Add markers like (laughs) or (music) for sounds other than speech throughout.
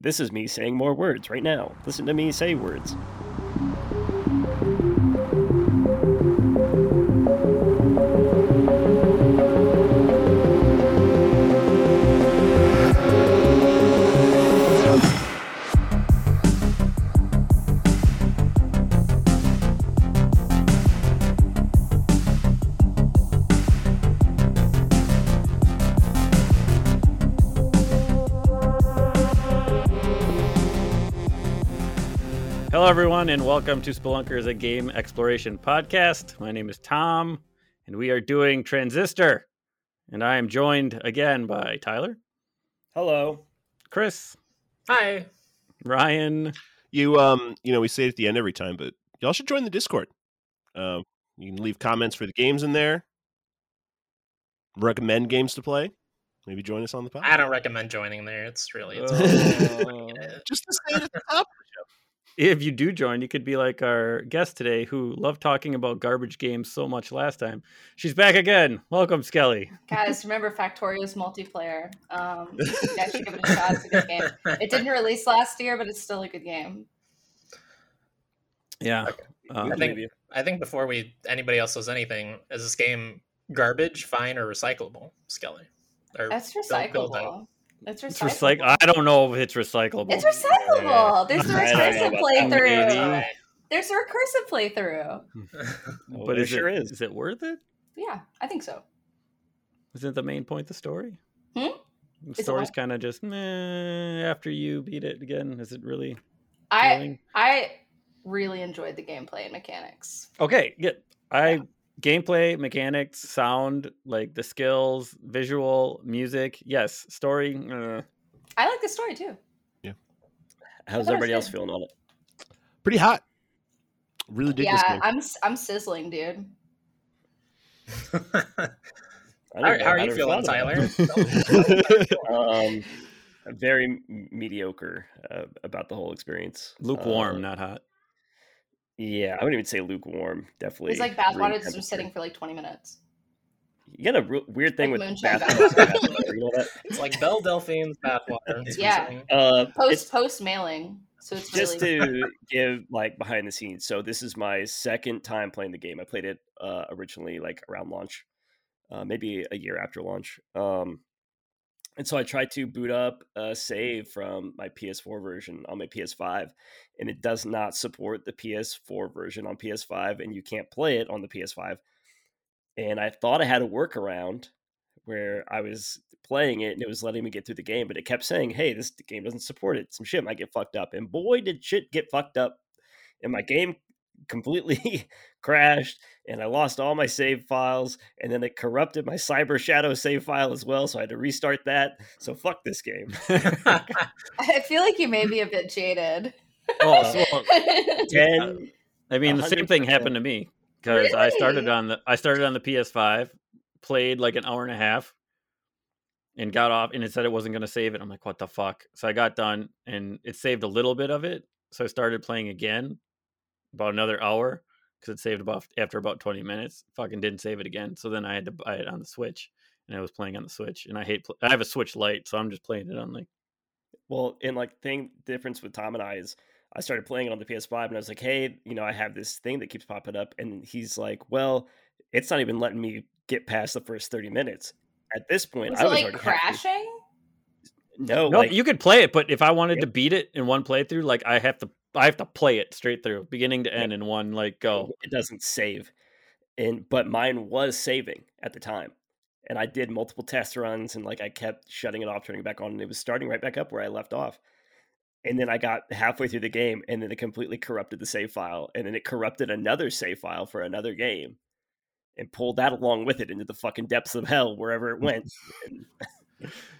This is me saying more words right now. Listen to me say words. Hello, everyone, and welcome to Spelunkers, a game exploration podcast. My name is Tom, and we are doing Transistor. And I am joined again by Tyler, Hello. Chris, Hi. Ryan. You um, you know, we say it at the end every time, but y'all should join the Discord. Um, you can leave comments for the games in there. Recommend games to play. Maybe join us on the I podcast. don't recommend joining there. It's really (laughs) it's (laughs) Uh, Just to say it at the top. if you do join, you could be like our guest today who loved talking about garbage games so much last time. She's back again. Welcome, Skelly. Guys, remember Factorio's multiplayer. Um, yeah, should give it a shot. It's (laughs) a good game. It didn't release last year, but it's still a good game. Yeah. Um, Uh, I think I think before we anybody else says anything, is this game garbage, fine, or recyclable, Skelly? Or That's Don't build on it. recyclable. That's recyclable. it's recyclable. I don't know if it's recyclable. It's recyclable. There's the I don't know recursive about that. playthrough. Maybe. There's a recursive playthrough. Oh, but there is sure it, is. is it worth it? Yeah, I think so. Isn't the main point the story? Hmm? The Is it story's what? kind of just meh, after you beat it again. Is it really? I thrilling? I really enjoyed the gameplay and mechanics. okay. Yeah, I gameplay, mechanics, sound, like the skills, visual, music. Yes, story. Uh, I like the story too. How's thought I everybody else said- feeling on it? (laughs) Pretty hot. Really dig this Yeah, game. (laughs) I'm s- I'm sizzling, dude. (laughs) I how, don't how are know. you I feeling, never thought about Tyler? it. (laughs) Um, very mediocre uh, about the whole experience. lukewarm, Uh, not hot. Yeah, I wouldn't even say lukewarm. It Definitely. was like room bathwater just was temperature. sitting for like 20 minutes. You got a real weird thing Like with moonshine bathrooms. (laughs) bathwater. You know that? it's like Belle Delphine's (laughs) bathwater. It's Yeah. amazing. Uh, Post it's post mailing, so it's just really to give like behind the scenes. So this is my second time playing the game. I played it uh, originally like around launch, uh, maybe a year after launch. Um, and so I tried to boot up a save from my PS4 version on my PS5, and it does not support the PS4 version on PS5, and you can't play it on the PS5. And I thought I had a workaround where I was playing it and it was letting me get through the game, but it kept saying, "Hey, this game doesn't support it. Some shit might get fucked up." And boy, did shit get fucked up, and my game completely (laughs) crashed, and I lost all my save files, and then it corrupted my Cyber Shadow save file as well, so I had to restart that. So fuck this game. (laughs) I feel like you may be a bit jaded. Oh, (laughs) so- Ten. I mean, the same thing happened to me because I started Really? on the I started on the PS5, played like an hour and a half, and got off, and it said it wasn't going to save it. I'm like, what the fuck? So I got done, and it saved a little bit of it. So I started playing again, about another hour, because it saved about after about 20 minutes. Fucking didn't save it again. So then I had to buy it on the Switch, and I was playing on the Switch, and I hate. Pl- I have a Switch Lite, so I'm just playing it on like. Well, and like thing difference with Tom and I is I started playing it on the PS5 and I was like, hey, you know, I have this thing that keeps popping up. And he's like, well, it's not even letting me get past the first 30 minutes. At this point, Was I it was like already halfway- crashing? No, No, like, you could play it, but if I wanted Yep. to beat it in one playthrough, like I have to, I have to play it straight through, beginning to Yep. end in one like go. it doesn't save. And but mine was saving at the time. And I did multiple test runs and like I kept shutting it off, turning it back on, and it was starting right back up where I left off. And then I got halfway through the game and then it completely corrupted the save file. And then it corrupted another save file for another game and pulled that along with it into the fucking depths of hell wherever it went. And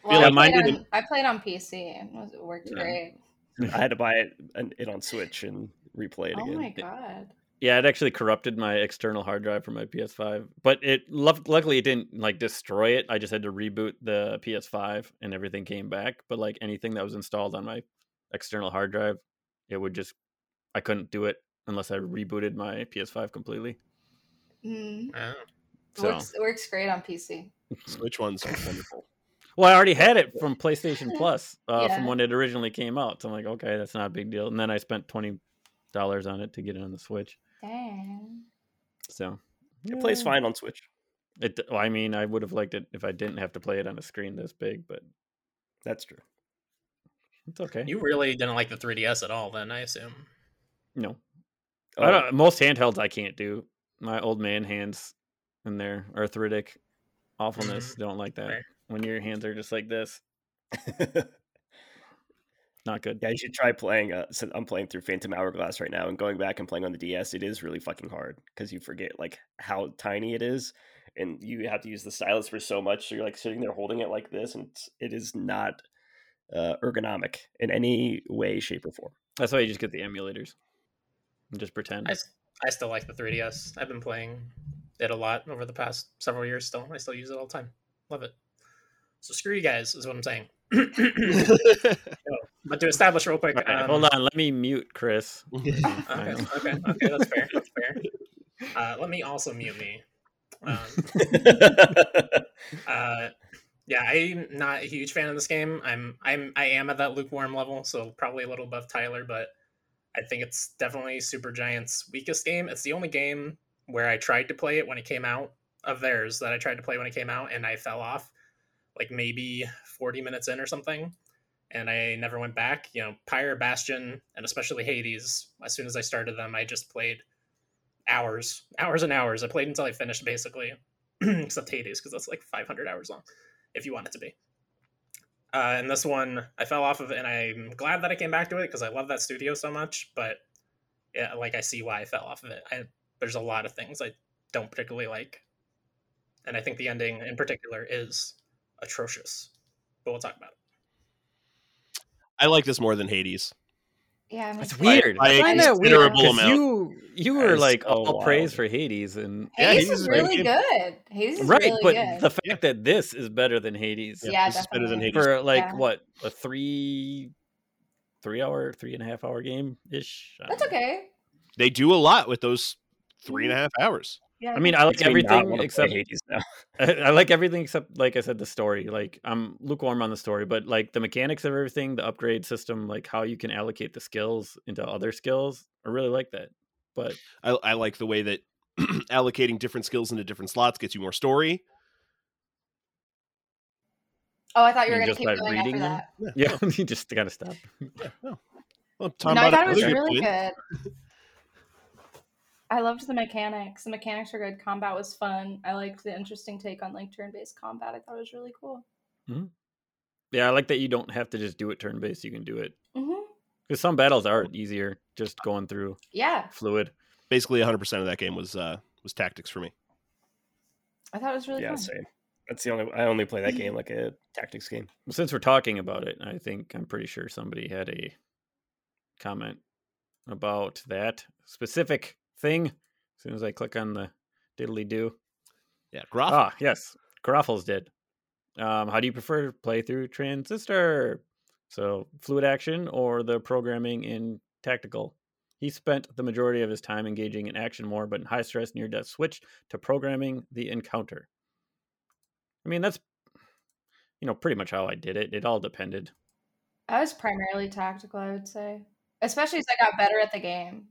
Well, like I, mine played on, didn't- I played on PC and it was- it worked great. I had to buy it, an- it on Switch and replay it Oh again. my god. Yeah, it actually corrupted my external hard drive from my PS5, but it luck- luckily it didn't like destroy it. I just had to reboot the PS5 and everything came back. But like anything that was installed on my external hard drive, it would just I couldn't do it unless I rebooted my PS5 completely. Mm. Wow. So Works works great on PC. Switch one's wonderful. Well, I already had it from (laughs) PlayStation Plus uh, Yeah. from when it originally came out. So I'm like, okay, that's not a big deal. And then I spent twenty dollars on it to get it on the Switch. Dang. So It plays yeah. fine on Switch. It. well, I mean, I would have liked it if I didn't have to play it on a screen this big, but That's true. it's okay. You really didn't like the 3DS at all, then I assume. no, Oh, I don't. Most handhelds I can't do. My old man hands and their arthritic (laughs) awfulness don't like that. Right. When your hands are just like this, (laughs) not good. yeah, you should try playing. Uh, since I'm playing through Phantom Hourglass right now, and going back and playing on the DS, it is really fucking hard because you forget like how tiny it is, and you have to use the stylus for so much. So you're like sitting there holding it like this, and it's, it is not uh, ergonomic in any way, shape, or form. (laughs) That's why you just get the emulators and just pretend. I, s- I still like the 3DS. I've been playing it a lot over the past several years still. I still use it all the time. Love it. So screw you guys, is what I'm saying. (clears throat) but to establish real quick. All right, um, hold on. Let me mute (laughs) Chris. Okay, Fine. okay, okay, that's fair. That's fair. Uh, let me also mute me. Um, uh yeah i'm not a huge fan of this game i'm i'm i am at that lukewarm level so probably a little above tyler but i think it's definitely super giant's weakest game it's the only game where i tried to play it when it came out of theirs that i tried to play when it came out and i fell off like maybe 40 minutes in or something and i never went back you know pyre bastion and especially hades as soon as i started them i just played hours hours and hours i played until i finished basically (clears throat) except Hades because that's like 500 hours long, if you want it to be. Uh, and this one, I fell off of, it, and I'm glad that I came back to it because I love that studio so much. But yeah, like I see why I fell off of it. I, there's a lot of things I don't particularly like, and I think the ending in particular is atrocious. But we'll talk about it. (laughs) I like this more than Hades. Yeah, It's me too. weird. By a find that weird, considerable 'Cause amount. you you That were is like so all praise wild. for Hades and Yeah, Hades Hades is is a great really game. good. Hades is right, really but good. the fact that this is better than Hades Yeah, this is better than definitely. Hades. for like Yeah. what a three three hour three and a half hour game ish. That's okay. they do a lot with those three and a half hours. Yeah. I mean, I like Makes me not everything wanna play except Hades now. I, (laughs) I like everything except, like I said, the story. Like I'm lukewarm on the story, but like the mechanics of everything, the upgrade system, like how you can allocate the skills into other skills, I really like that. But I, I like the way that (clears throat) allocating different skills into different slots gets you more story. oh, I thought you were you going to just keep by going after reading them, that. yeah, (laughs) you just gotta stop. Well, Tom No, I brought up thought it was another really point. good. I loved the mechanics. The mechanics were good. Combat was fun. I liked the interesting take on like turn-based combat. I thought it was really cool. Yeah, I like that you don't have to just do it turn based. You can do it hmm because some battles are easier just going through Yeah, fluid. Basically, 100 percent of that game was uh, was tactics for me. I thought it was really yeah, fun. same. That's the only. I only play that (laughs) game like a tactics game. Since we're talking about it, I think I'm pretty sure somebody had a comment about that specific thing. As soon as I click on the diddly do. Yeah, Groff. Ah, yes. Garoffles did. Um, how do you prefer to play through Transistor? So, fluid action or the programming in tactical? He spent the majority of his time engaging in action more, but in high stress, near death, switched to programming the encounter. I mean, that's, you know, pretty much how I did it. It all depended. I was primarily tactical, I would say, especially as I got better at the game.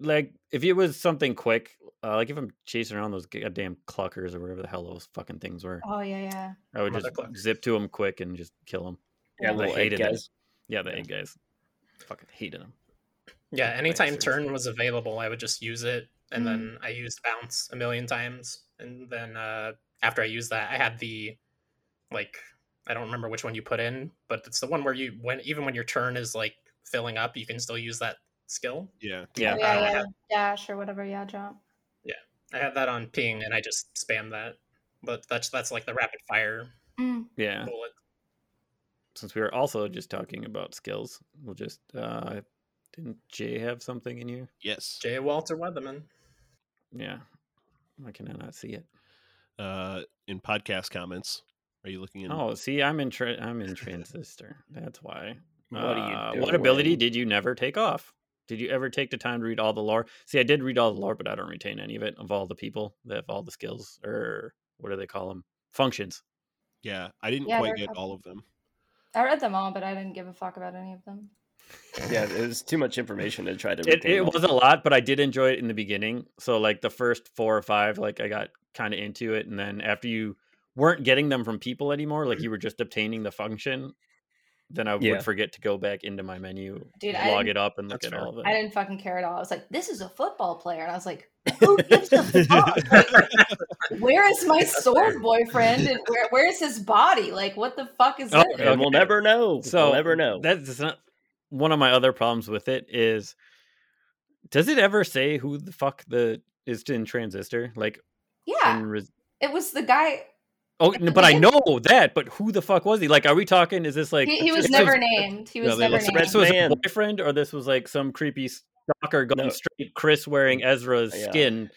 Like, if it was something quick, uh, like if I'm chasing around those goddamn cluckers or whatever the hell those fucking things were, Oh yeah, yeah. I would Mother just cluckers. zip to them quick and just kill them. Yeah, I little hated egg it. guys. Yeah, the Yeah. egg guys. Fucking hated them. Yeah, Like, anytime seriously. turn was available, I would just use it, and Mhm. then I used bounce a million times, and then uh, after I used that, I had the like I don't remember which one you put in, but it's the one where you when even when your turn is like filling up, you can still use that skill. Yeah, Yeah. Yeah, I Oh, yeah, don't have- Dash or whatever. Yeah, jump. I had that on ping, and I just spam that. But that's that's like the rapid fire Mm. Yeah. bullet. Since we were also just talking about skills, we'll just uh didn't Jay have something in here? yes. J. Walter Weatherman. Yeah. Why can I not see it? Uh, in podcast comments, are you looking in? Oh, see, I'm in tra- I'm in transistor. That's why. What are Uh, you what ability doing? did you never take off? Did you ever take the time to read all the lore? See, I did read all the lore, but I don't er, retain any of it of all the people that have all the skills or what do they call them? Functions. Yeah, I didn't Yeah, quite they're get tough. all of them. I read them all, but I didn't give a fuck about any of them. Yeah, it was too much information to try to. It, retain it all. was a lot, but I did enjoy it in the beginning. So like the first four or five, like I got kind of into it, and then after you weren't getting them from people anymore, like you were just obtaining the function, then I Yeah. would forget to go back into my menu, Dude, I log didn't- it up, and look That's at fair. all of I it. didn't fucking care at all. I was like, this is a football player. And I was like, who gives a fuck? Like, where is my sword boyfriend? And where, where's his body? Like, what the fuck is Oh, this? and we'll Okay. never know. So we'll never know. That's just not one of my other problems with it is does it ever say who the fuck the is in transistor? Like Yeah, in res- it was the guy. Oh, It's- n- but I it's- know that. But who the fuck was he? Like, are we talking? Is this like he, he was (laughs) this never named. He No, was they never lost the named. This was a Man. boyfriend, or this was like some creepy stalker going No. straight Chris wearing Ezra's Yeah. skin.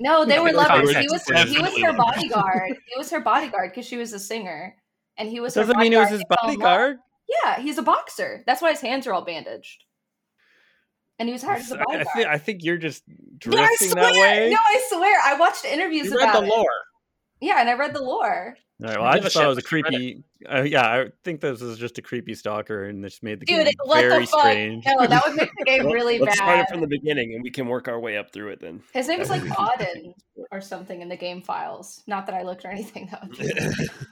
No, they were They were lovers. He contact was players. he was her bodyguard. He was her bodyguard because she was a singer, and he was. her Doesn't mean it was his They fell in love. bodyguard. Yeah, he's a boxer. That's why his hands are all bandaged. And he was hired as I, a I bodyguard. thi- I think you're (laughs) just Dude, I drifting that swear- way. No, I swear. I watched interviews You read about the it. lore. Yeah, and I read the lore. All right, well, I Give a just thought shit it was a what you read it. creepy. Uh, yeah, I think this is just a creepy stalker, and this made the Dude, game what very the fuck? strange. No, that would make the game Well, really Let's start bad. it from the beginning, and we can work our way up through it. Then His name is That like would Auden or something in the game files. Not that I looked or anything though. (laughs)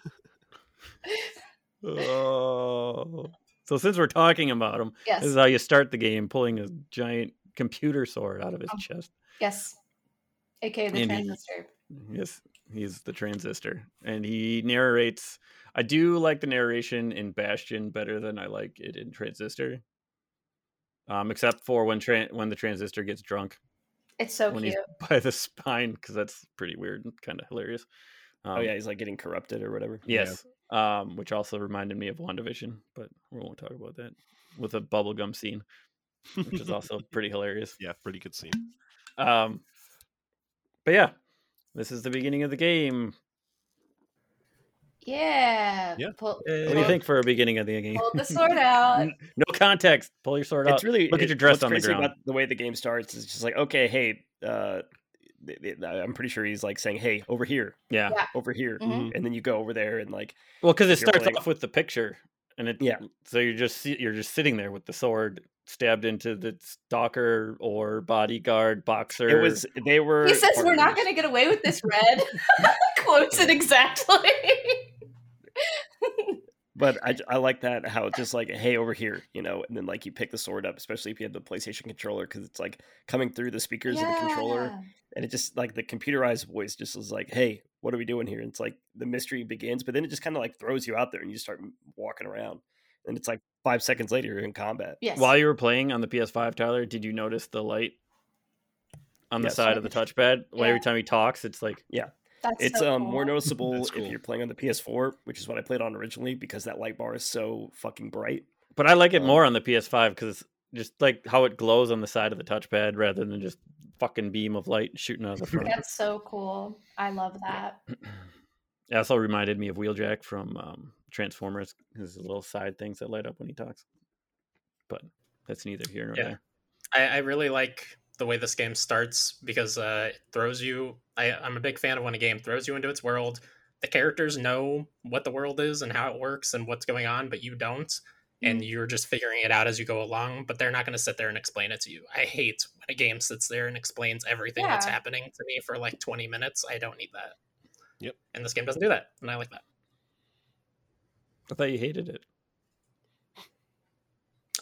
Oh. So since we're talking about him, Yes. this is how you start the game, pulling a giant computer sword out of his Oh. chest. yes. AKA the Andy. transistor. Yes, he's the transistor, and he narrates. I do like the narration in Bastion better than I like it in Transistor. Um, except for when tran when the transistor gets drunk It's so when cute. he's (laughs) by the spine, because that's pretty weird and kind of hilarious. Um, oh yeah, he's like getting corrupted or whatever. yes, um, which also reminded me of Wandavision, but we won't talk about that. With a bubblegum scene, which is (laughs) also pretty hilarious. (laughs) yeah, pretty good scene. Um, but yeah, this is the beginning of the game. Yeah. Yeah. Pull, Yeah. What do you think for a beginning of the game? Pull (laughs) the sword out. N- no context. Pull your sword out. it's really Look at it- your dress what's on the crazy ground. About the way the game starts is just like, okay, hey, uh, th- th- I'm pretty sure he's like saying, hey, over here, yeah. Yeah. over here, Mhm. and then you go over there, and like, Well, because it If you're starts playing- off with the picture, and it Yeah. So you're just si- you're just sitting there with the sword stabbed into the stalker or bodyguard boxer. it was they were. er, He says we're not partners. gonna get away with this red. (laughs) Quotes it exactly. (laughs) But I, j- I like that how it's just like, hey, over here, you know, and then like you pick the sword up, especially if you have the PlayStation controller, because it's like coming through the speakers of the controller. Yeah. and it just like the computerized voice just was like hey what are we doing here and it's like the mystery begins but then it just kind of like throws you out there and you start m- walking around and it's like five seconds later you're in combat Yes. While you were playing on the PS5, Tyler, did you notice the light on the Yes. side of the touchpad? Well, Yeah. Every time he talks, it's like (laughs) That's it's so um cool. more noticeable That's cool. if you're playing on the ps4 which is what i played on originally because that light bar is so fucking bright But I like it Um, more on the PS5 because it's just like how it glows on the side of the touchpad rather than just fucking beam of light shooting out of the front. That's so cool. I love that. it also reminded me of Wheeljack from um, Transformers. His little side things that light up when he talks. But that's neither here nor Yeah. there. I, I really like the way this game starts because uh, it throws you. I, I'm a big fan of when a game throws you into its world. The characters know what the world is and how it works and what's going on, but you don't. And you're just figuring it out as you go along, but they're not going to sit there and explain it to you. I hate when a game sits there and explains everything that's Yeah. happening to me for like 20 minutes. I don't need that. Yep. And this game doesn't do that. And I like that. I thought you hated it.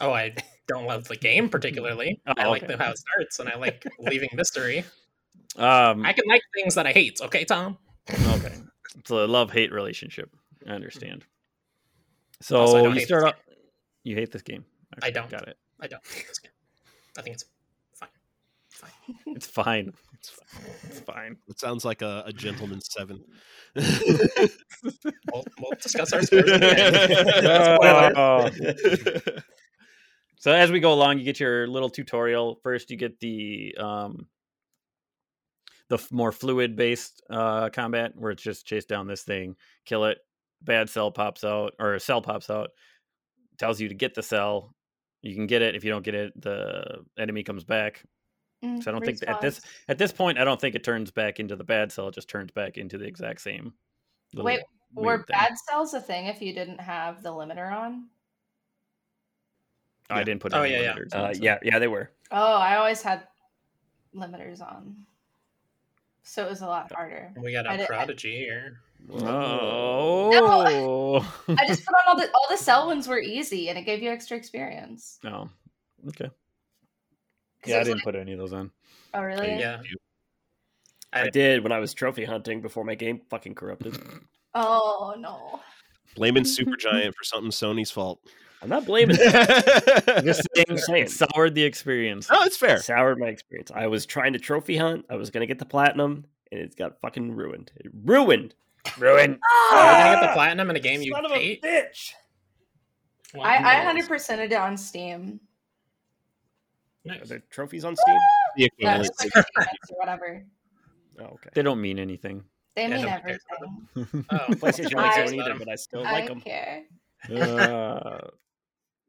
Oh, I don't love the game particularly. Oh, I like okay. the, how it starts and I like leaving mystery. Um, I can like things that I hate. Okay, Tom? okay. It's a love hate relationship. I understand. So Also, I don't you hate start this off. You hate this game. I don't. Got it. I don't. think it's good. I think it's fine. Fine. It's fine. It's fine. It's fine. It sounds like a, a gentleman seven. We'll, we'll discuss our scores. at the (laughs) end. Oh. (laughs) (laughs) So as we go along, you get your little tutorial. First, you get the um, the f- more fluid based uh, combat where it's just chase down this thing, kill it. Bad cell pops out, or a cell pops out, tells you to get the cell. You can get it. If you don't get it, the enemy comes back. Mm, So I don't think that at this- respawns. At this point, I don't think it turns back into the bad cell. It just turns back into the exact same. little Wait, Were weird thing. bad cells a thing if you didn't have the limiter on? I Yeah. didn't put. Oh, any yeah, yeah. limiters on, Uh, so- yeah, yeah, they were. Oh, I always had limiters on, so it was a lot harder. We got I a did- I- prodigy here. Oh. (laughs) I just put on all the all the cell ones were easy, and it gave you extra experience. no. Oh, Okay. 'Cause Yeah, I it was didn't put any of those on. like- oh, really? Yeah. I did when I was trophy hunting before my game fucking (laughs) corrupted. Oh no. Blaming Supergiant for something Sony's (laughs) fault. (laughs) I'm not (laughs) blaming it. no, Just (laughs) saying, Just saying. it soured the experience. it's fair. soured my experience. I was trying to trophy hunt. I was gonna get the platinum, and it got fucking ruined. It ruined. (laughs) Ruin. Are you gonna get Ah! the platinum in a game you Son of a hate? bitch. Wow. (laughs) I I hundred percented it on Steam. Are Nice. (laughs) there trophies on Steam? The Yeah, it equivalent. was like 15 bucks or whatever. Oh, okay. They don't mean anything. They Yeah, mean nobody cares everything. about uh, Oh, PlayStation likes them Nobody I- cares either, about 'em. but I still I like don't them. care. Uh,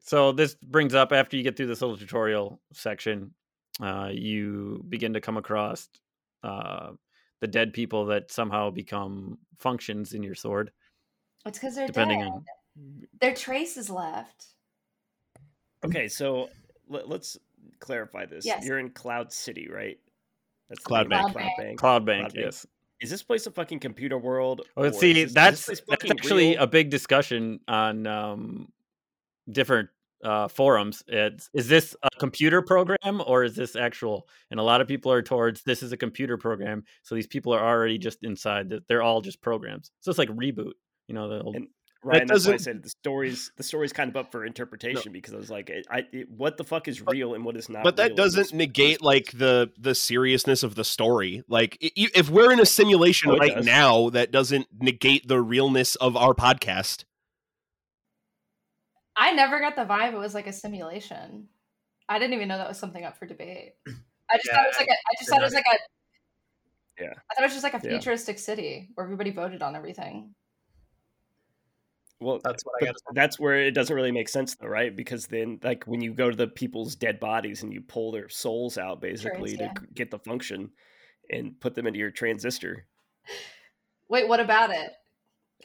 so this brings up after you get through this little tutorial section, uh, you begin to come across uh, the dead people that somehow become functions in your sword, It's because they're depending dead. on. Their trace is left. Okay, so let, us clarify this. Yes. You're in Cloud City, right? That's the Cloud Oh, name, Bank. Cloud Bank. Cloud Bank, Bank. yes. Is this place a fucking computer world? Well, or is see, this- is that's, this place that's fucking actually real? a big discussion on um, different uh, forums. It's, is this a computer program or is this actual? And a lot of people are towards this is a computer program. So these people are already just inside that they're all just programs. So it's like reboot. You know, the old, And- Ryan, that's why I doesn't- said the stories. The story's kind of up for interpretation because I was like, I, I- it- what the fuck is But- real and what is not? but real that in doesn't this- negate like the the seriousness of the story like i- i- if we're in a simulation Oh, it right does. now that doesn't negate the realness of our podcast I never got the vibe. It was like a simulation. I didn't even know that was something up for debate. I just thought it was Yeah, like a. I just thought it was like a. Yeah. I thought it was just like a Yeah. futuristic city where everybody voted on everything. Well, That's what but I got. that's where it doesn't really make sense, though, right? Because then, like, when you go to the people's dead bodies and you pull their souls out, basically, yeah. to c- get the function and put them into your transistor. Wait, what about it?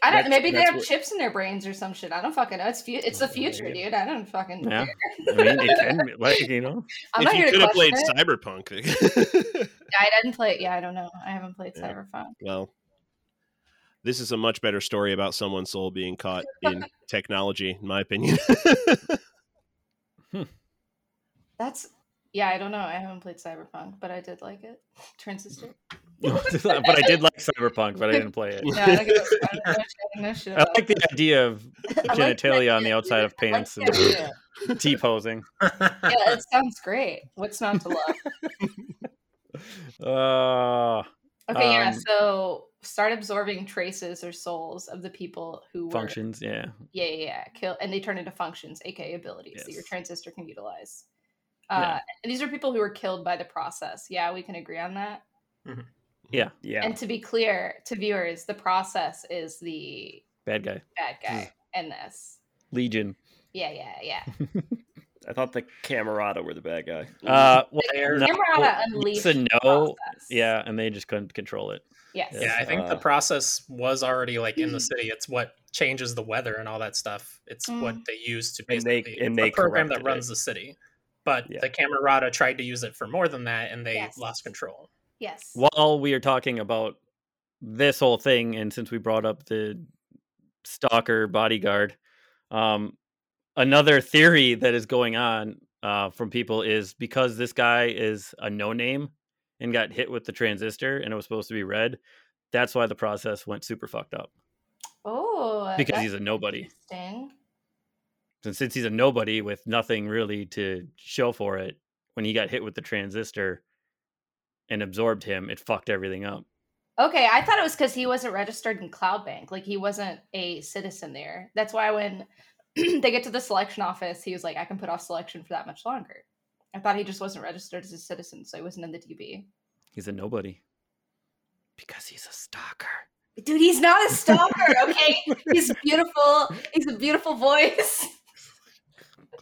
I don't. That's- maybe they that's have what- chips in their brains or some shit. I don't fucking know. It's fu- It's the future, yeah. dude. I don't fucking. yeah. care. I mean, it can be like, you know, (laughs) (laughs) I'm if not you here to could have question played it. cyberpunk (laughs) I didn't play it. Yeah, I don't know. I haven't played Yeah. Cyberpunk. well this is a much better story about someone's soul being caught (laughs) in technology in my opinion (laughs) That's. Yeah, I don't know. I haven't played Cyberpunk, but I did like it. (laughs) (laughs) Transistor. but I did like Cyberpunk, but I didn't play it. Yeah, I don't give a- I don't know shit- I know shit I about like it. the idea of I like the genitalia on idea. the outside of I like pants the and (laughs) idea. T posing. (laughs) yeah, it sounds great. What's not (laughs) to love? Uh, Okay, yeah. Um, So start absorbing traces or souls of the people who were, functions, yeah. Yeah, yeah, yeah. Kill, and they turn into functions, aka abilities that your Yes. transistor can utilize. Uh, Yeah. And these are people who were killed by the process. Yeah, we can agree on that. Yeah, And to be clear to viewers, the process is the Bad guy. bad guy in this. Legion. Yeah, yeah, yeah. I thought the Camerata were the bad guy. Uh, well, There- no, Camerata unleashed listen, the no, process. yeah, and they just couldn't control it. Yes. Yeah. yeah, I think the Uh, process was already like in Hmm. the city. It's what changes the weather and all that stuff. It's what Mm. they use to And basically they- and it's they the program that corrupted it. runs the city. But Yeah. the Camerata tried to use it for more than that, and they Yes. lost control. Yes. While we are talking about this whole thing, and since we brought up the stalker bodyguard, um, another theory that is going on uh, from people is because this guy is a no name and got hit with the transistor and it was supposed to be red, that's why the process went super fucked up Oh, because that's he's a nobody. interesting. And since he's a nobody with nothing really to show for it, when he got hit with the transistor and absorbed him, it fucked everything up. Okay, I thought it was because he wasn't registered in Cloud Bank. Like he wasn't a citizen there. That's why when (clears throat) they get to the selection office, he was like, I can put off selection for that much longer. I thought he just wasn't registered as a citizen, so he wasn't in the DB. He's a nobody because he's a stalker. Dude, he's not a stalker, okay? he's beautiful. He's a beautiful voice. (laughs)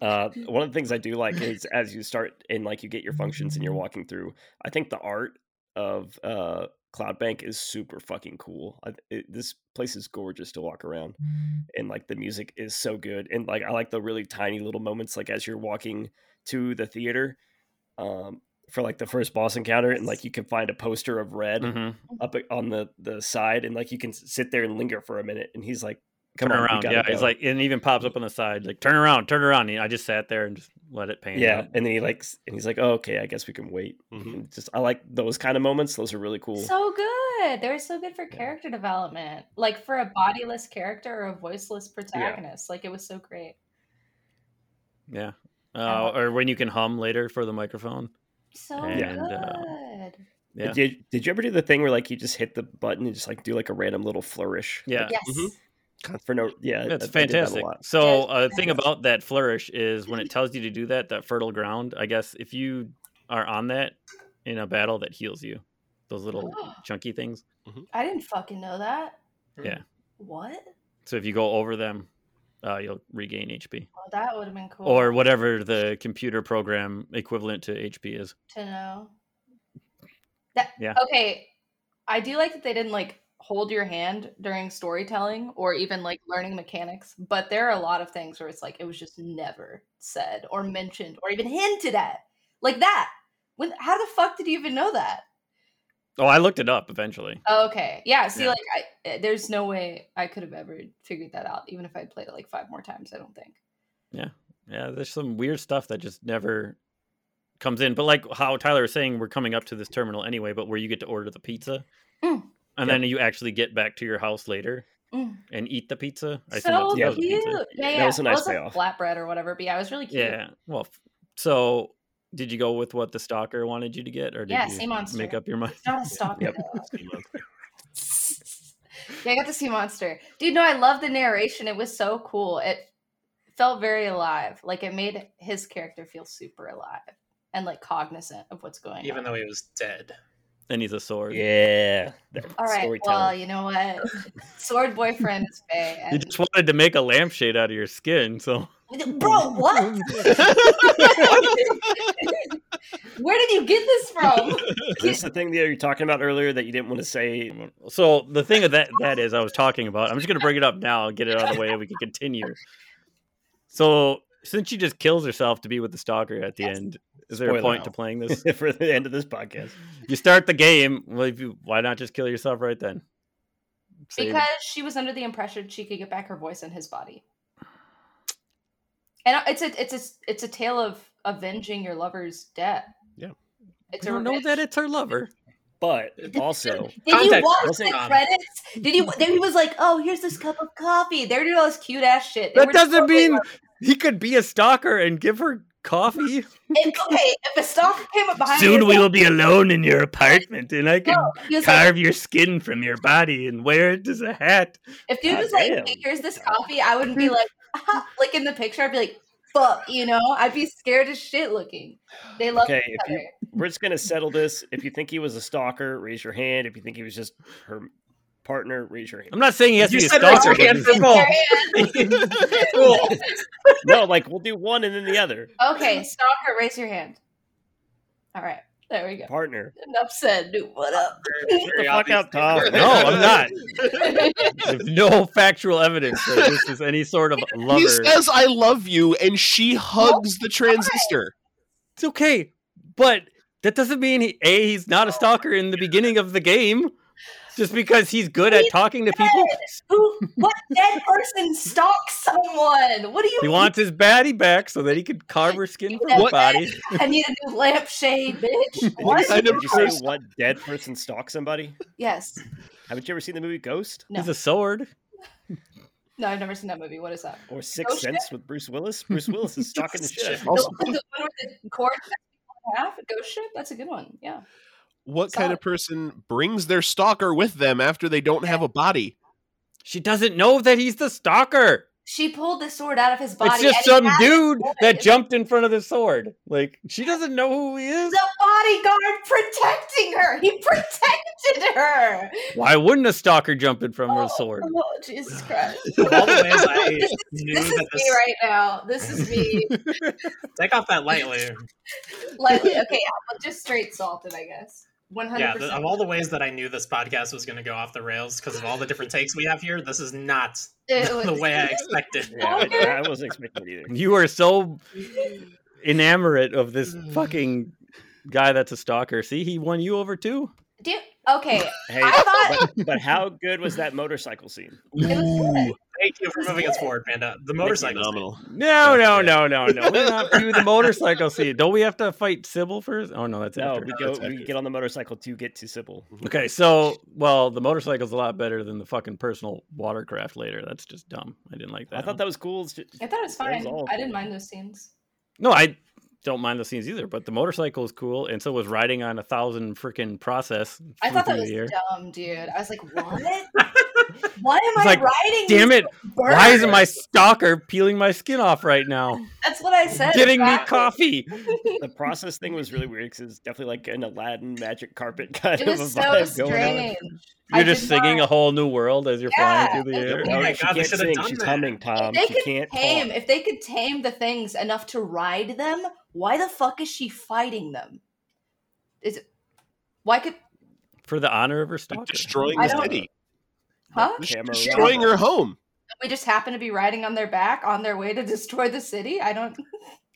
Uh, one of the things I do like is as you start and like you get your functions and you're walking through, I think the art of uh, Cloud Bank is super fucking cool. I, it, this place is gorgeous to walk around, Mm. and like the music is so good. And like I like the really tiny little moments, like as you're walking to the theater um, for like the first boss encounter, and like you can find a poster of Red hmm up uh, on the the side, and like you can sit there and linger for a minute. And he's like, "Come Turn on, we around. gotta Yeah, it's go." like it even pops up on the side, like turn around, turn around. And I just sat there and just let it pan. yeah." out. And then he like, s- and he's like, oh, "Okay, I guess we can wait." Mm-hmm. Mhm. And just I like those kind of moments. Those are really cool. So good. They're so good for character development. Like for a bodiless character or a voiceless protagonist. Like it was so great. yeah. Uh, or when you can hum later for the microphone. So And, good. uh, Yeah. Did did you ever do the thing where like you just hit the button and just like do like a random little flourish? Yeah. mm-hmm. yes. mhm. For no, yeah, I- That's I did that a fantastic. lot. So Yes, Mm-hmm. a thing about that flourish is when it tells you to do that, that fertile ground. I guess if you are on that in a battle, that heals you. Those little Oh. chunky things. (gasps) I didn't fucking know that. Yeah. What? So if you go over them, uh, you'll regain HP Well, Oh, that would have been cool. or whatever the computer program equivalent to HP is. to know. That Yeah. Okay, I do like that they didn't like hold your hand during storytelling or even like learning mechanics, but there are a lot of things where it's like it was just never said or mentioned or even hinted at. Like that. When how the fuck did you even know that? Oh, I looked it up eventually. Okay. Yeah, see Yeah. like I eh, there's no way I could have ever figured that out even if I'd played it like 5 more times, I don't think. Yeah, there's some weird stuff that just never comes in. But like how Tyler was saying, we're coming up to this terminal anyway, but where you get to order the pizza. Mm. And then you actually get back to your house later Mm. and eat the pizza. assume so that's- that was cute. pizza. Yeah, yeah. That was a nice well, it payoff. flatbread or whatever, but yeah, it was really cute. Yeah. Well, f- so did you go with what the stalker wanted you to get, or did Yeah, you sea monster. make up your mind? (laughs) It's not a stalker. Yep. though. Monster. (laughs) yeah, I got to see Monster. Dude, no, I love the narration. It was so cool. It felt very alive. Like it made his character feel super alive and like cognizant of what's going even on. though he was dead. And he's a sword. (laughs) Yeah, All right, well, storytelling. you know what? Sword boyfriend is Faye. You And... just wanted to make a lampshade out of your skin, so (laughs) Bro, what? (laughs) Where did you get this from? Is this the thing that you were talking about earlier that you didn't want to say? (laughs) so the thing of that that is I was talking about. I'm just gonna bring it up now, get it out of the way, and we can continue. So since she just kills herself to be with the stalker at the Yes. end, is there a Spoiler. point to playing (laughs) this? for the end of this podcast, you start the game. Well, if you, why not just kill yourself right then? Save- Because she was under the impression she could get back her voice in his body. And it's a it's a it's a tale of avenging your lover's death. Yeah. It's we don't know revenge. that it's her lover. but It's- (laughs) also Did you Context watch wasn't, the um, credits? Did you? Then he was like, "Oh, here's this cup of coffee." They're doing all this cute ass shit. They That were just doesn't totally mean (laughs) like- he could be a stalker and give her coffee. If- okay, if a stalker came up behind Soon you, we will be alone in your apartment, and I can No, he was like, carve your skin from your body and wear it as a hat. if dude was God like, damn. hey, "Here's this coffee," I wouldn't be like, (laughs) like in the picture. I'd be like, "Fuck," you know. I'd be scared as shit looking. They love Okay, each if you- other. we're just gonna settle this. If you think he was a stalker, raise your hand. If you think he was just her partner, raise your hand. (laughs) I'm not saying he has You to be a said raise stalker. your but hand he's- for Raise both. your hand. Cool. No, like we'll do one and then the (laughs) other (laughs) Okay, stalker, raise your hand. All right, there we go. partner. Enough said. Dude, (laughs) what up? Get the fuck out, Tom. no, (laughs) I'm not. There's no factual evidence that this is any sort (laughs) of lover. He says, "I love you," and she hugs the transistor. it's okay, but that doesn't mean he, a he's not a stalker in the beginning of the game. Just because he's good at He's talking to people, Who? What dead person stalks someone? What do you? he wants his baddie back so that he could carve her skin from her What? body. I need a new lampshade, (laughs) bitch. Did you, What? say, I never did you say cursed. what dead person stalked somebody? Yes. Haven't you ever seen the movie Ghost No. He's a sword. No, I've never seen that movie. What is that? or Sixth Ghost? Sense with Bruce Willis? Bruce Willis (laughs) is stalking the shit. out of Also, The, the one with the cord half ghost ship. That's a good one. Yeah. what kind of person brings their stalker with them after they don't have a body? She doesn't know that he's the stalker. She pulled the sword out of his body. it's just and some he had dude boy. that jumped in front of the sword. Like she doesn't know who he is. The bodyguard protecting her. He (laughs) protected her. Why wouldn't a stalker jump in front of a Oh, sword? Oh, Jesus Christ. Of all the (laughs) ways I This is- knew This is that me this, right now. This is me. (laughs) take off that lightly. Lightly. Okay, yeah, well, just straight salted, I guess. One hundred Yeah, th- percent. of all the ways that I knew this podcast was going to go off the rails because of all the different takes we have here, this is (laughs) not Oh, (laughs) the way I expected. Yeah, I, I wasn't expecting it either. (laughs) (laughs) You are so enamored of this fucking guy that's a stalker. See, he won you over too. Do you- okay. Hey, I thought- but, but how good was that motorcycle scene? It was good. Thank you for moving us forward, Panda. The motorcycle. Phenomenal. No, no, That's no, no, no. We're not do the motorcycle scene. Don't we have to fight Sybil first? Oh no, that's No, after. we go. That's We accurate. get on the motorcycle to get to Sybil. Okay, so well, the motorcycle's a lot better than the fucking personal watercraft later. That's just dumb. I didn't like that. I thought that was cool. (laughs) It's just- I thought it was That was fine. all I didn't cool. mind those scenes. No, I don't mind the scenes either, but the motorcycle is cool, and so was riding on a thousand freaking process. I flew thought that through was the air. dumb, dude. I was like, what? Why am I like, riding? Damn these it! Why birds?" isn't my stalker peeling my skin off right now? That's what I (laughs) said. Getting me exactly. coffee. The process thing was really weird because it's definitely like an Aladdin magic carpet (laughs) kind It of a was so vibe going on. strange. I You're just did not- singing a whole new world as you're Yeah, flying through the that's air. what No, Oh my she God, they can't should've sing. done She's that. humming, Tom. If they Um, She could can't tame, talk. if they could tame the things enough to ride them, why the fuck is she fighting them? Is it? Why could? For the honor of her Like, stalker. Destroying I the don't- city. Huh? Just Camera Destroying her home. We just happen to be riding on their back on their way to destroy the city. I don't.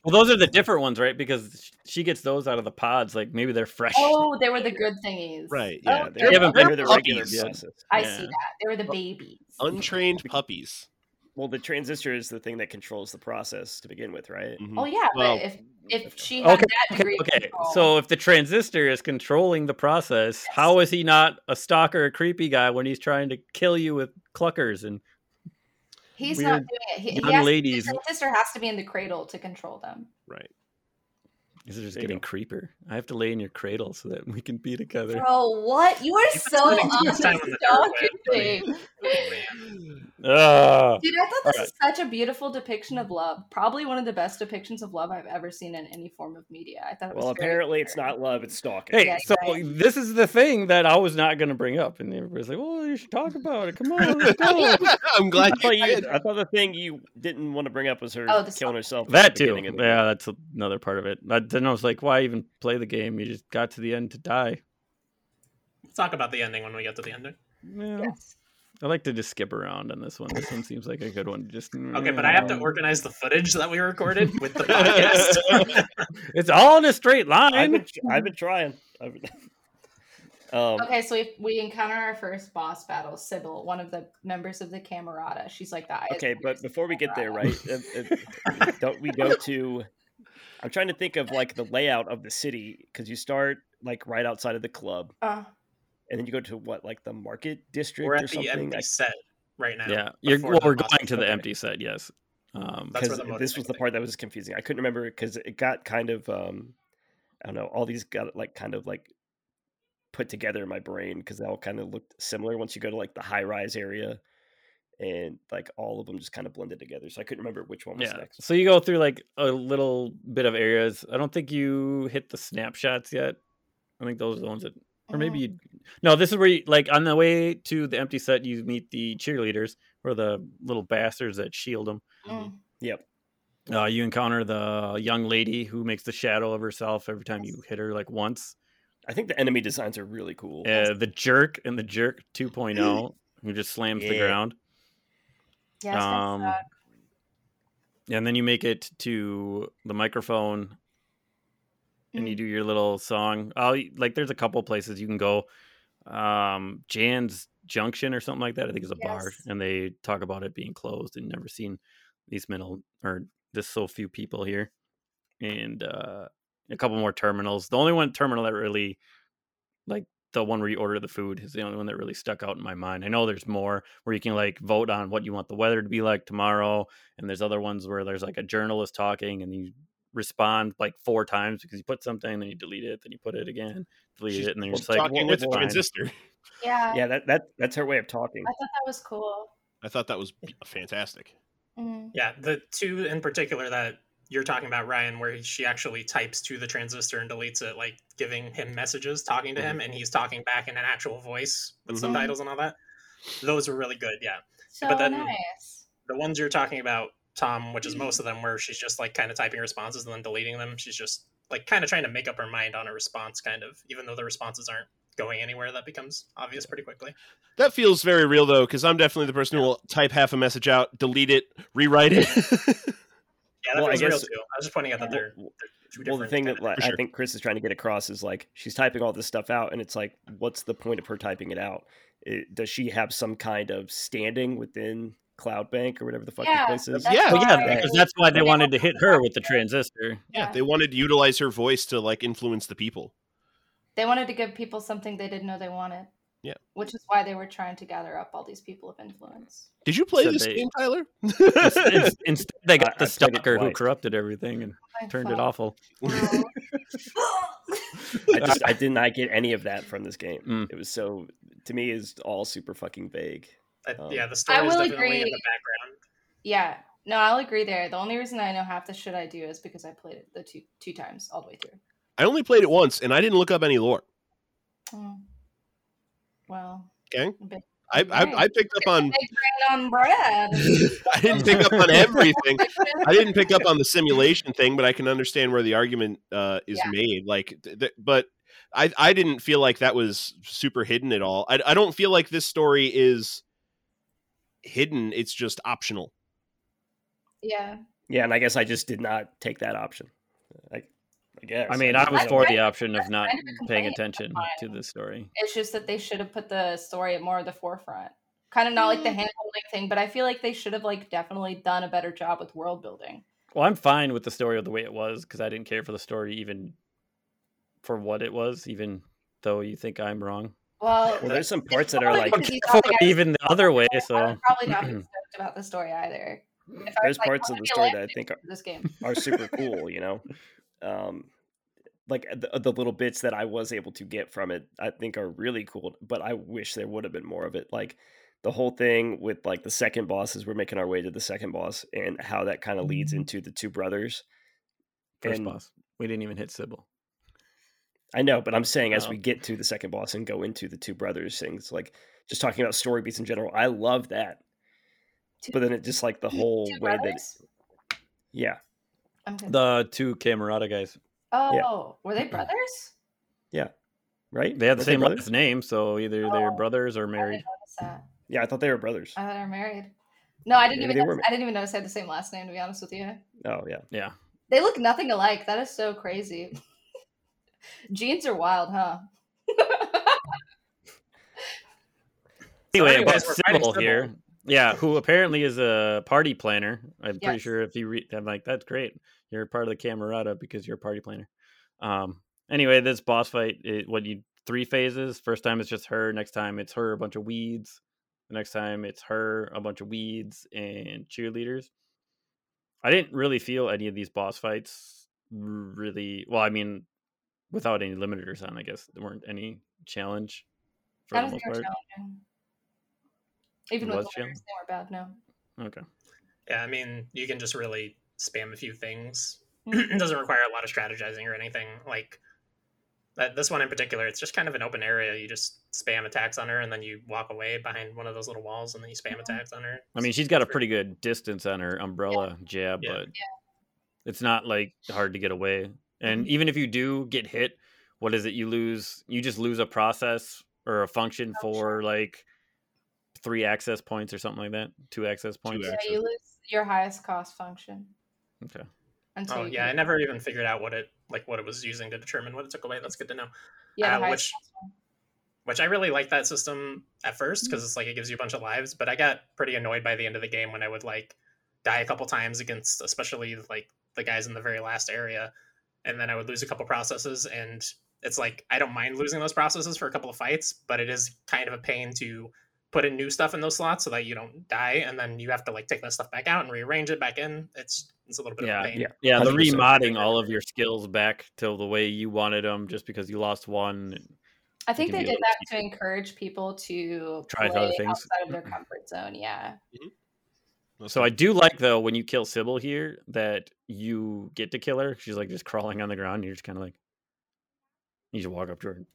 Well, those are the different ones, right? Because sh- she gets those out of the pods. Like maybe they're fresh. Oh, they were the good thingies. Right. Yeah. Yeah, Oh, they're, yeah, but they're they're the regular puppies. process. I Yeah. see that. They were the babies. oh, Untrained puppies. Well, the transistor is the thing that controls the process to begin with, right? Mm. Mhm. (laughs) Oh yeah, Well, but if if she had Okay, that Okay, degree, of okay. control- So if the transistor is controlling the process, how is he not a stalker, a creepy guy when he's trying to kill you with cluckers and he's not weird doing it. He, he young has, ladies? his sister has to be in the cradle to control them. Right. This is just There you getting creeper. I have to lay in your cradle so that we can be together. Bro, what? You are so spending too much time on the dark web, buddy. unstalking. Oh, man. Ah. Dude, I thought this was such a beautiful depiction of love. Probably one of the best depictions of love I've ever seen in any form of media. I thought it was Well, very apparently it's clever. not love; it's stalking. Hey, Yeah, so right. this is the thing that I was not going to bring up, and everybody's like, "Well, you should talk about it. Come on." (laughs) let's go." (laughs) I'm glad I you thought, you- did. I thought the thing you didn't want to bring up was her Oh, the killing stalking. herself. at that the too. beginning of the- Yeah, that's another part of it. I, then I was like, "Why even play the game? You just got to the end to die." We'll talk about the ending when we get to the ending. Yeah. Yes. I like to just skip around on this one. This one seems like a good one. to Just mm, Okay, but I have to Um, organize the footage that we recorded with (laughs) the podcast. (laughs) It's all in a straight I've line. been, I've been trying. I've been- (laughs) um, Okay, so we, we encounter our first boss battle, Sybil, one of the members of the Camerata. She's like the eyes Okay, and ears but of before we get there, Camerata. right? uh, uh, don't we (laughs) go to? I'm trying to think of like the layout of the city because you start like right outside of the club, Uh, and then you go to what like the market district We're or at the something. empty set right now. Yeah, you're, before well, the we're boss going to the okay. empty set. Yes. Um, That's Because where the this was motorcycle the part that was confusing. I couldn't remember because it got kind of um, I don't know. All these got like kind of like put together in my brain because they all kind of looked similar once you go to like the high rise area. And like all of them just kind of blended together, so I couldn't remember which one was yeah. next. So you go through like a little bit of areas. I don't think you hit the snapshots yet. I think those are the ones that, or maybe Uh. you. No, this is where you like on the way to the empty set. You meet the cheerleaders or the little bastards that shield them. mm, Yep. Uh, you encounter the young lady who makes the shadow of herself every time you hit her like once. I think the enemy designs are really cool. Uh, the jerk and the jerk 2.0 who just slams the Yeah. ground. yes, yes, Um, uh, And then you make it to the microphone and Mm-hmm. you do your little song. Oh, like there's a couple places you can go. Um, Jan's Junction or something like that. I think is a bar, Yes. and they talk about it being closed and never seen these middle or this so few people here, and uh, a couple more terminals. The only one terminal that really, like the one where you order the food, is the only one that really stuck out in my mind. I know there's more where you can like vote on what you want the weather to be like tomorrow, and there's other ones where there's like a journalist talking and you respond like four times because you put something, then you delete it, then you put it again, delete She's it, and then you're Well, just like, talking well, with it's the fine. transistor. yeah, Yeah, that, that that's her way of talking. I thought that was cool. I thought that was fantastic. Mm. Yeah, the two in particular that you're talking about, Ryan, where she actually types to the transistor and deletes it, like giving him messages, talking to Mm-hmm. him, and he's talking back in an actual voice with Mhm. subtitles and all that. Those were really good. Yeah, So then- nice. the ones you're talking about, Tom, which is most of them, where she's just like kind of typing responses and then deleting them. She's just like kind of trying to make up our mind on a response, kind of, even though the responses aren't going anywhere. That becomes obvious pretty quickly. That feels very real though, because I'm definitely the person who will type half a message out, delete it, rewrite it. (laughs) Yeah, that Well, I feels real guess- too. I was just pointing out that they're, they're two different. Well, the thing kinda that like, For I sure. think Chris is trying to get across is like she's typing all this stuff out, and it's like, what's the point of her typing it out? It, does she have some kind of standing within Cloud Bank or whatever the fuck Yeah, this place is? that's Yeah. Well, yeah, why- because that's why they They wanted don't to hit her with (laughs) the transistor. Yeah. they wanted to utilize her voice to like influence the people. They wanted to give people something they didn't know they wanted. Yeah. Which is why they were trying to gather up all these people of influence. Did you play Said this they- game, Tyler? Instead, ins- instead they I- got the I played it stalker who twice. corrupted everything and My turned it fault. awful. No. I just I did not get any of that from this game. Mm. It was so to me is all super fucking vague. that- um, yeah, the story is will definitely in agree. the background. (laughs) yeah. No, I'll agree there. The only reason I know half the shit I do is because I played it the two two times all the way through. (laughs) I only played it once, and I didn't look up any lore. Mm. Well, Okay, But- I okay. I, I picked up on they ran on bread. (laughs) I didn't pick (laughs) up on everything. I didn't pick up on the simulation thing, but I can understand where the argument uh, is Yeah. made. Like, th- th- but I I didn't feel like that was super hidden at all. I I don't feel like this story is hidden. It's just optional. yeah. Yeah, and I guess I just did not take that option. I, I guess. I mean, I was I- for I- the option of not kind of a paying complaint attention mine. to the story. It's just that they should have put the story at more of the forefront. Kind of not like the Mm. hand holding thing, but I feel like they should have like definitely done a better job with world building. Well, I'm fine with the story of the way it was because I didn't care for the story even for what it was, even though you think I'm wrong. Well, Well, there's some parts that are probably like because you For thought the guy was even the other way, I so (laughs) would probably not be stoked about the story either. If I was there's like, parts "I of wanna the be a story land that I think are, manager for this game. are super cool. You know, um, like uh, the, the little bits that I was able to get from it, I think are really cool. But I wish there would have been more of it. Like the whole thing with like the second boss as we're making our way to the second boss, and how that kind of Mm-hmm. leads into the two brothers. first And- boss. We didn't even hit Sybil. I know, but I'm saying as Oh. we get to the second boss and go into the two brothers things, like just talking about story beats in general, I love that. Two- But then it just like the whole Two way that, brothers? yeah, I'm good. The two Camerata guys. oh, were they brothers? right? They had the Weren't they same brothers? last name, so either they're Oh, brothers or I married. didn't notice that. Yeah, I thought they were brothers. I thought they were married. No, I didn't Maybe they even. were Notice, I didn't even notice they had the same last name. To be honest with you, Oh yeah, (laughs) Yeah. they look nothing alike. That is so crazy. (laughs) Genes are wild, huh? So Anyway, about anyways, we're fighting Sybil Sybil. here. Yeah, who apparently is a party planner. I'm pretty Yes. sure if you read, I'm like, that's great. You're part of the Camerata because you're a party planner. Um. Anyway, this boss fight, it, what you three phases. First time it's just her. Next time it's her, a bunch of weeds. The next time it's her, a bunch of weeds and cheerleaders. I didn't really feel any of these boss fights really. Well, I mean, without any limiters on, I guess there weren't any challenge. For I the don't most think they were part. challenging. Even It with was the lawyers, they were bad. No, Okay. Yeah, I mean, you can just really spam a few things. (clears throat) Mm. it doesn't require a lot of strategizing or anything. Like that, this one in particular, it's just kind of an open area. You just spam attacks on her, and then you walk away behind one of those little walls, and then you spam Mhm. attacks on her. I mean, It's- she's got a pretty good distance on her umbrella jab, Yeah. but it's not like hard to get away. And even if you do get hit, what is it? You lose, you just lose a process or a function Oh, for like three access points or something like that, two access points. yeah, you lose your highest cost function. Okay. Until Oh you yeah, I can- never even figured out what it like what it was using to determine what it took away. That's good to know. yeah, the uh, highest which- cost one. Which I really like that system at first Mm-hmm. because it's like it gives you a bunch of lives. But I got pretty annoyed by the end of the game when I would like die a couple times against, especially like the guys in the very last area, and then I would lose a couple processes. And it's like I don't mind losing those processes for a couple of fights, but it is kind of a pain to put in new stuff in those slots so that you don't die, and then you have to like take that stuff back out and rearrange it back in. It's it's a little bit of a pain. yeah. Yeah, the 100%. remodding all of your skills back to the way you wanted them just because you lost one. I think can they be a did little that to encourage people to Try play other things. outside of their comfort zone. Yeah, So I do like though when you kill Sybil here that you get to kill her. She's like just crawling on the ground. And you're just kind of like, you just walk up to her, and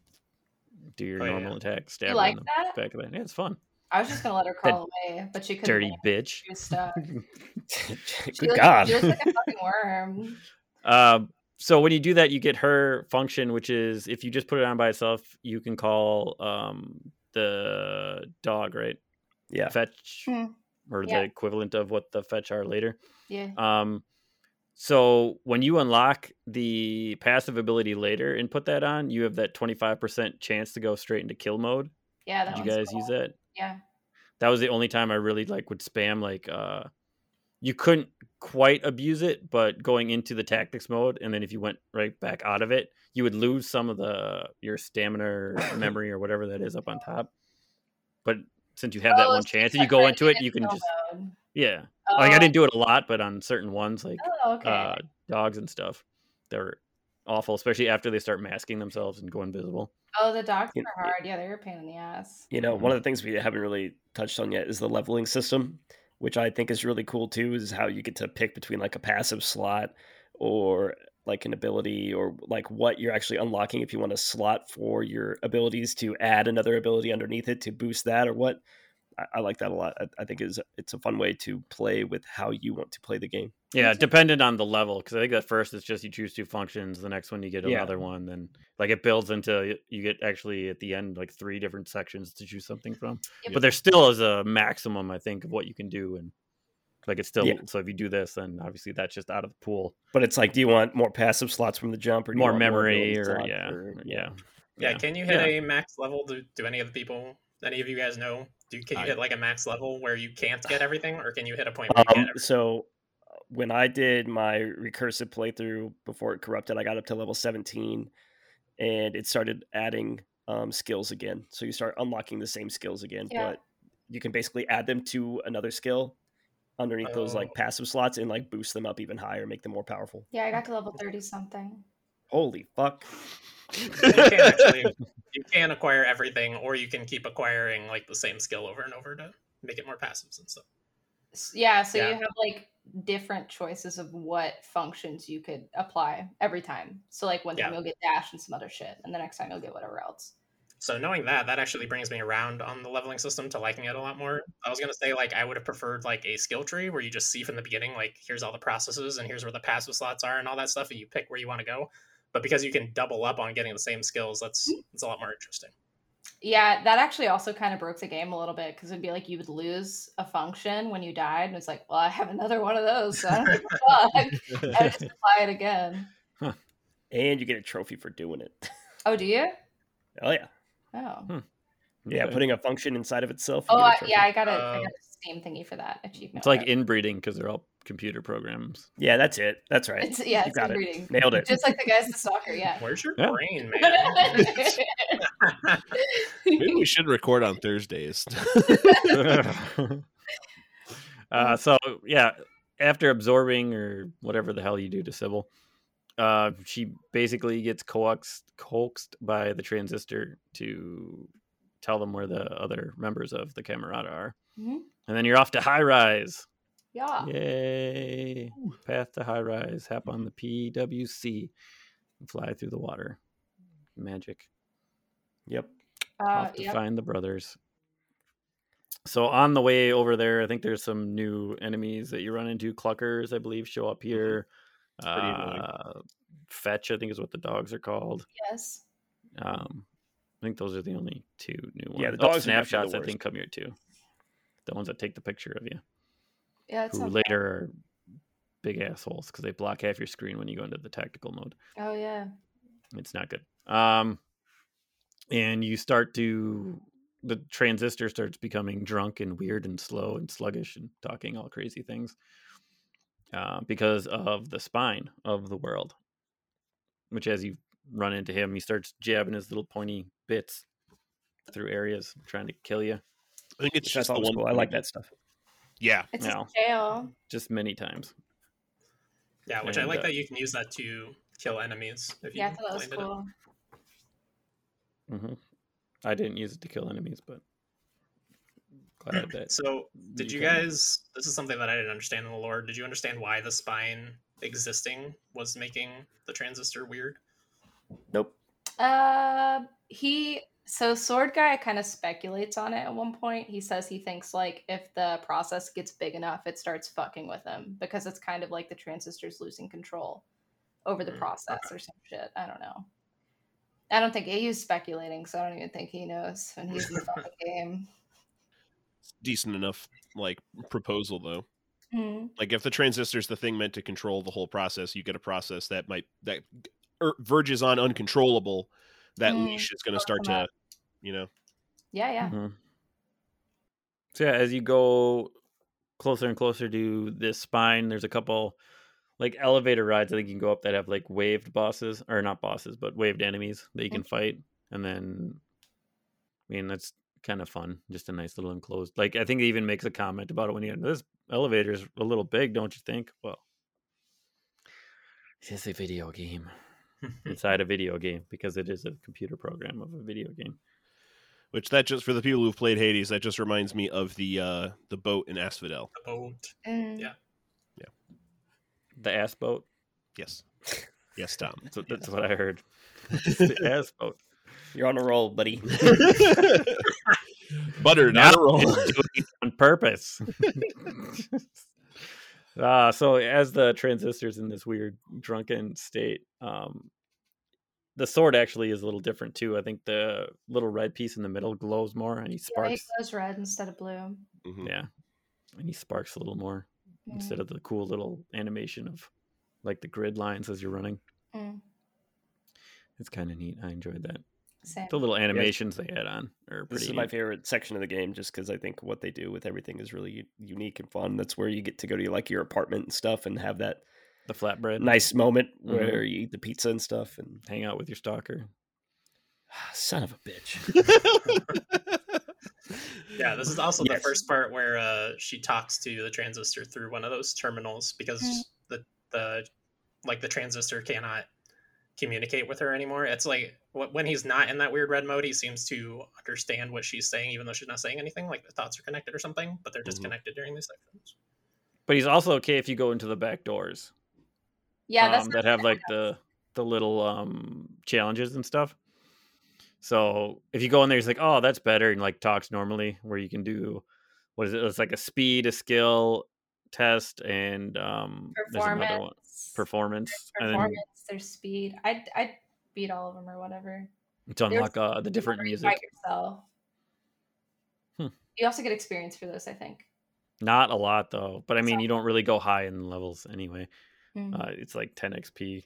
do your Oh, yeah. normal attack, stab you her in like the that? back of the Yeah, it's fun. I was just gonna let her crawl away, but she couldn't. Dirty bitch. (laughs) She was stuck. Good She looked- God. she looks like a fucking worm. Um, so when you do that, you get her function, which is if you just put it on by itself, you can call um, the dog, right? Yeah. Fetch Hmm. or Yeah. the equivalent of what the fetch are later. Yeah. Um, so when you unlock the passive ability later and put that on, you have that 25% chance to go straight into kill mode. Yeah. That Did you one's guys cool. use that? Yeah. That was the only time I really like would spam like uh you couldn't quite abuse it, but going into the tactics mode and then if you went right back out of it, you would lose some of the your stamina (laughs) or memory or whatever that is up on top. But since you have that Oh, one so chance and put you go her into it, in you can kill just mode. yeah. Like I Oh, didn't do it a lot, but on certain ones like Oh, okay. uh, dogs and stuff. They're awful, especially after they start masking themselves and go invisible. oh, the dogs you- are hard. Yeah, they're a pain in the ass. You know, Mm-hmm. one of the things we haven't really touched on yet is the leveling system, which I think is really cool too, is how you get to pick between like a passive slot or like an ability or like what you're actually unlocking if you want a slot for your abilities to add another ability underneath it to boost that or what. I, I like that a lot. I, I think is it's a fun way to play with how you want to play the game. Yeah, dependent on the level, because I think that first it's just you choose two functions. The next one you get Yeah. another one. Then like it builds into you get actually at the end like three different sections to choose something from. Yep. But there still is a maximum, I think, of what you can do, and like it's still Yeah. so if you do this, then obviously that's just out of the pool. But it's like, do you want more passive slots from the jump or do you More want memory ability or slots yeah, yeah, Yeah, can you hit Yeah. a max level? Do, do any of the people, any of you guys know? Do can you I- hit like a max level where you can't get everything, or can you hit a point where you Um, get everything? so uh, when I did my recursive playthrough before it corrupted, I got up to level 17 and it started adding um, skills again. So you start unlocking the same skills again, Yeah. but you can basically add them to another skill underneath those Oh. like passive slots and like boost them up even higher, make them more powerful. Yeah, I got to level thirty something. Holy fuck. you (laughs) can actually you can acquire everything, or you can keep acquiring like the same skill over and over to make it more passives and stuff. S- Yeah, so Yeah. you have like different choices of what functions you could apply every time. So like one time Yeah. you'll get dash and some other shit, and the next time you'll get whatever else. So knowing that, that actually brings me around on the leveling system to liking it a lot more. I was gonna say like I would have preferred like a skill tree where you just see from the beginning like here's all the processes and here's where the passive slots are and all that stuff, and you pick where you want to go. But because you can double up on getting the same skills, that's it's a lot more interesting. Yeah, that actually also kind of broke the game a little bit because it'd be like you would lose a function when you died, and it's like, well, I have another one of those, so I don't give (laughs) a fuck. I would just apply it again. And you get a trophy for doing it. (laughs) Oh, do you? Oh yeah. Oh, Yeah, (laughs) Okay. putting a function inside of itself. you oh, get a I, trophy. yeah. I got a, I Oh. got a Steam thingy for that achievement. it's like whatever. inbreeding because they're all computer programs. Yeah, that's it. That's right. it's, yeah, you it's got it. inbreeding. Nailed it. Just like the guys in soccer, (laughs) yeah. Where's your Yeah. (laughs) brain, man? (laughs) Maybe we should record on Thursdays. (laughs) uh, (laughs) so yeah, after absorbing or whatever the hell you do to Sybil, uh, she basically gets coaxed, coaxed by the transistor to tell them where the other members of the Camerata are, Mhm. and then you're off to high rise. (laughs) yeah. Yay! Path to high rise. Hop on the PWC. and Fly through the water. Magic. Yep. Uh, off to yeah. find the brothers. So on the way over there, I think there's some new enemies that you run into. Cluckers, I believe, show Mm-hmm. up here. pretty annoying. Uh, fetch, I think, is what the dogs are called. Yes. Um, I think those are the only two new ones. Yeah, the Oh, dogs are definitely the snapshots, I worst. think, come here too. The ones that take the picture of you, Yeah. It's who not bad. later are big assholes because they block half your screen when you go into the tactical mode. Oh yeah. It's not good. Um, and you start to the transistor starts becoming drunk and weird and slow and sluggish and talking all crazy things uh, because of the spine of the world. Which, as you run into him, he starts jabbing his little pointy bits through areas, trying to kill you. I think it's Which I just the thought was one. cool. I like that stuff. Yeah, It's No. a jail. Just many times. yeah, which I And, like uh, that you can use that to kill enemies. If you Yeah, I thought that was lined it up. cool. hmm I didn't use it to kill enemies, (clears throat) but glad that So, did you can- guys? This is something that I didn't understand in the lore. Did you understand why the spine existing was making the transistor weird? (laughs) Nope. Uh, he so sword guy kind of speculates on it at one point. He says he thinks like if the process gets big enough, it starts fucking with him because it's kind of like the transistors losing control over the Mm, process or some shit. I don't know. I don't think he was speculating, so I don't even think he knows when he's (laughs) in the fucking game. Decent enough like proposal though. Mhm. Like if the transistor's the thing meant to control the whole process, you get a process that might that er, verges on uncontrollable. That Mm, leash is going to fuck start them to, up. you know, Yeah, yeah. Mhm. So yeah, as you go closer and closer to this spine, there's a couple like elevator rides. I think you can go up that have like waved bosses or not bosses, but waved enemies that you can fight. And then, I mean, that's kind of fun. Just a nice little enclosed. Like I think it even makes a comment about it when you this elevator's a little big, don't you think? Well, it's a video game inside a video game because it is a computer program of a video game. which that just for the people who've played Hades, that just reminds me of the uh the boat in Asphodel. The boat. Mm. Yeah. The ass boat. Yes. Yes, (laughs) Tom. So (laughs) that's what (laughs) I heard. It's the ass boat. You're on a roll, (laughs) buddy. Butter, Now not a roll. (laughs) it's doing it on purpose. (laughs) uh, so as the transistors in this weird drunken state, um, the sword actually is a little different too. I think the little red piece in the middle glows more, and he Yeah, he sparks. glows red instead of blue. Mm, Mhm. Hmm. Yeah, and he sparks a little more Mm. instead of the cool little animation of like the grid lines as you're running. Mm. It's kind of neat. I enjoyed that. Same. The little animations they add on are pretty. This is neat. my favorite section of the game, just because I think what they do with everything is really u- unique and fun. That's where you get to go to like your apartment and stuff, and have that the flatbread. nice moment where you eat the pizza and stuff. And hang out with your stalker. Ah, son of a bitch, Mm-hmm. Yeah, this Oh, is also Yes. the first part where uh, she talks to the transistor through one of those terminals because Mm. the the like the transistor cannot communicate with her anymore. It's like wh- when he's not in that weird red mode, he seems to understand what she's saying, even though she's not saying anything. Like the thoughts are connected or something, but they're Mhm. Mm-hmm. disconnected during these sections. But he's also okay if you go into the back doors. Yeah, that's um, not that have bad. like the the little um challenges and stuff. So if you go in there, he's like, "Oh, that's better," and like talks normally, where you can do what is it? It's like a speed, a skill test, and um, there's another one, performance. performance, and then performance, their speed. I I beat all of them or whatever. to unlock There's- uh, the different Whatever you music. fight yourself. Hmm. You also get experience for those, I think. Not a lot though, but I mean, So- you don't really go high in levels anyway. Mm. Uh, it's like 10 XP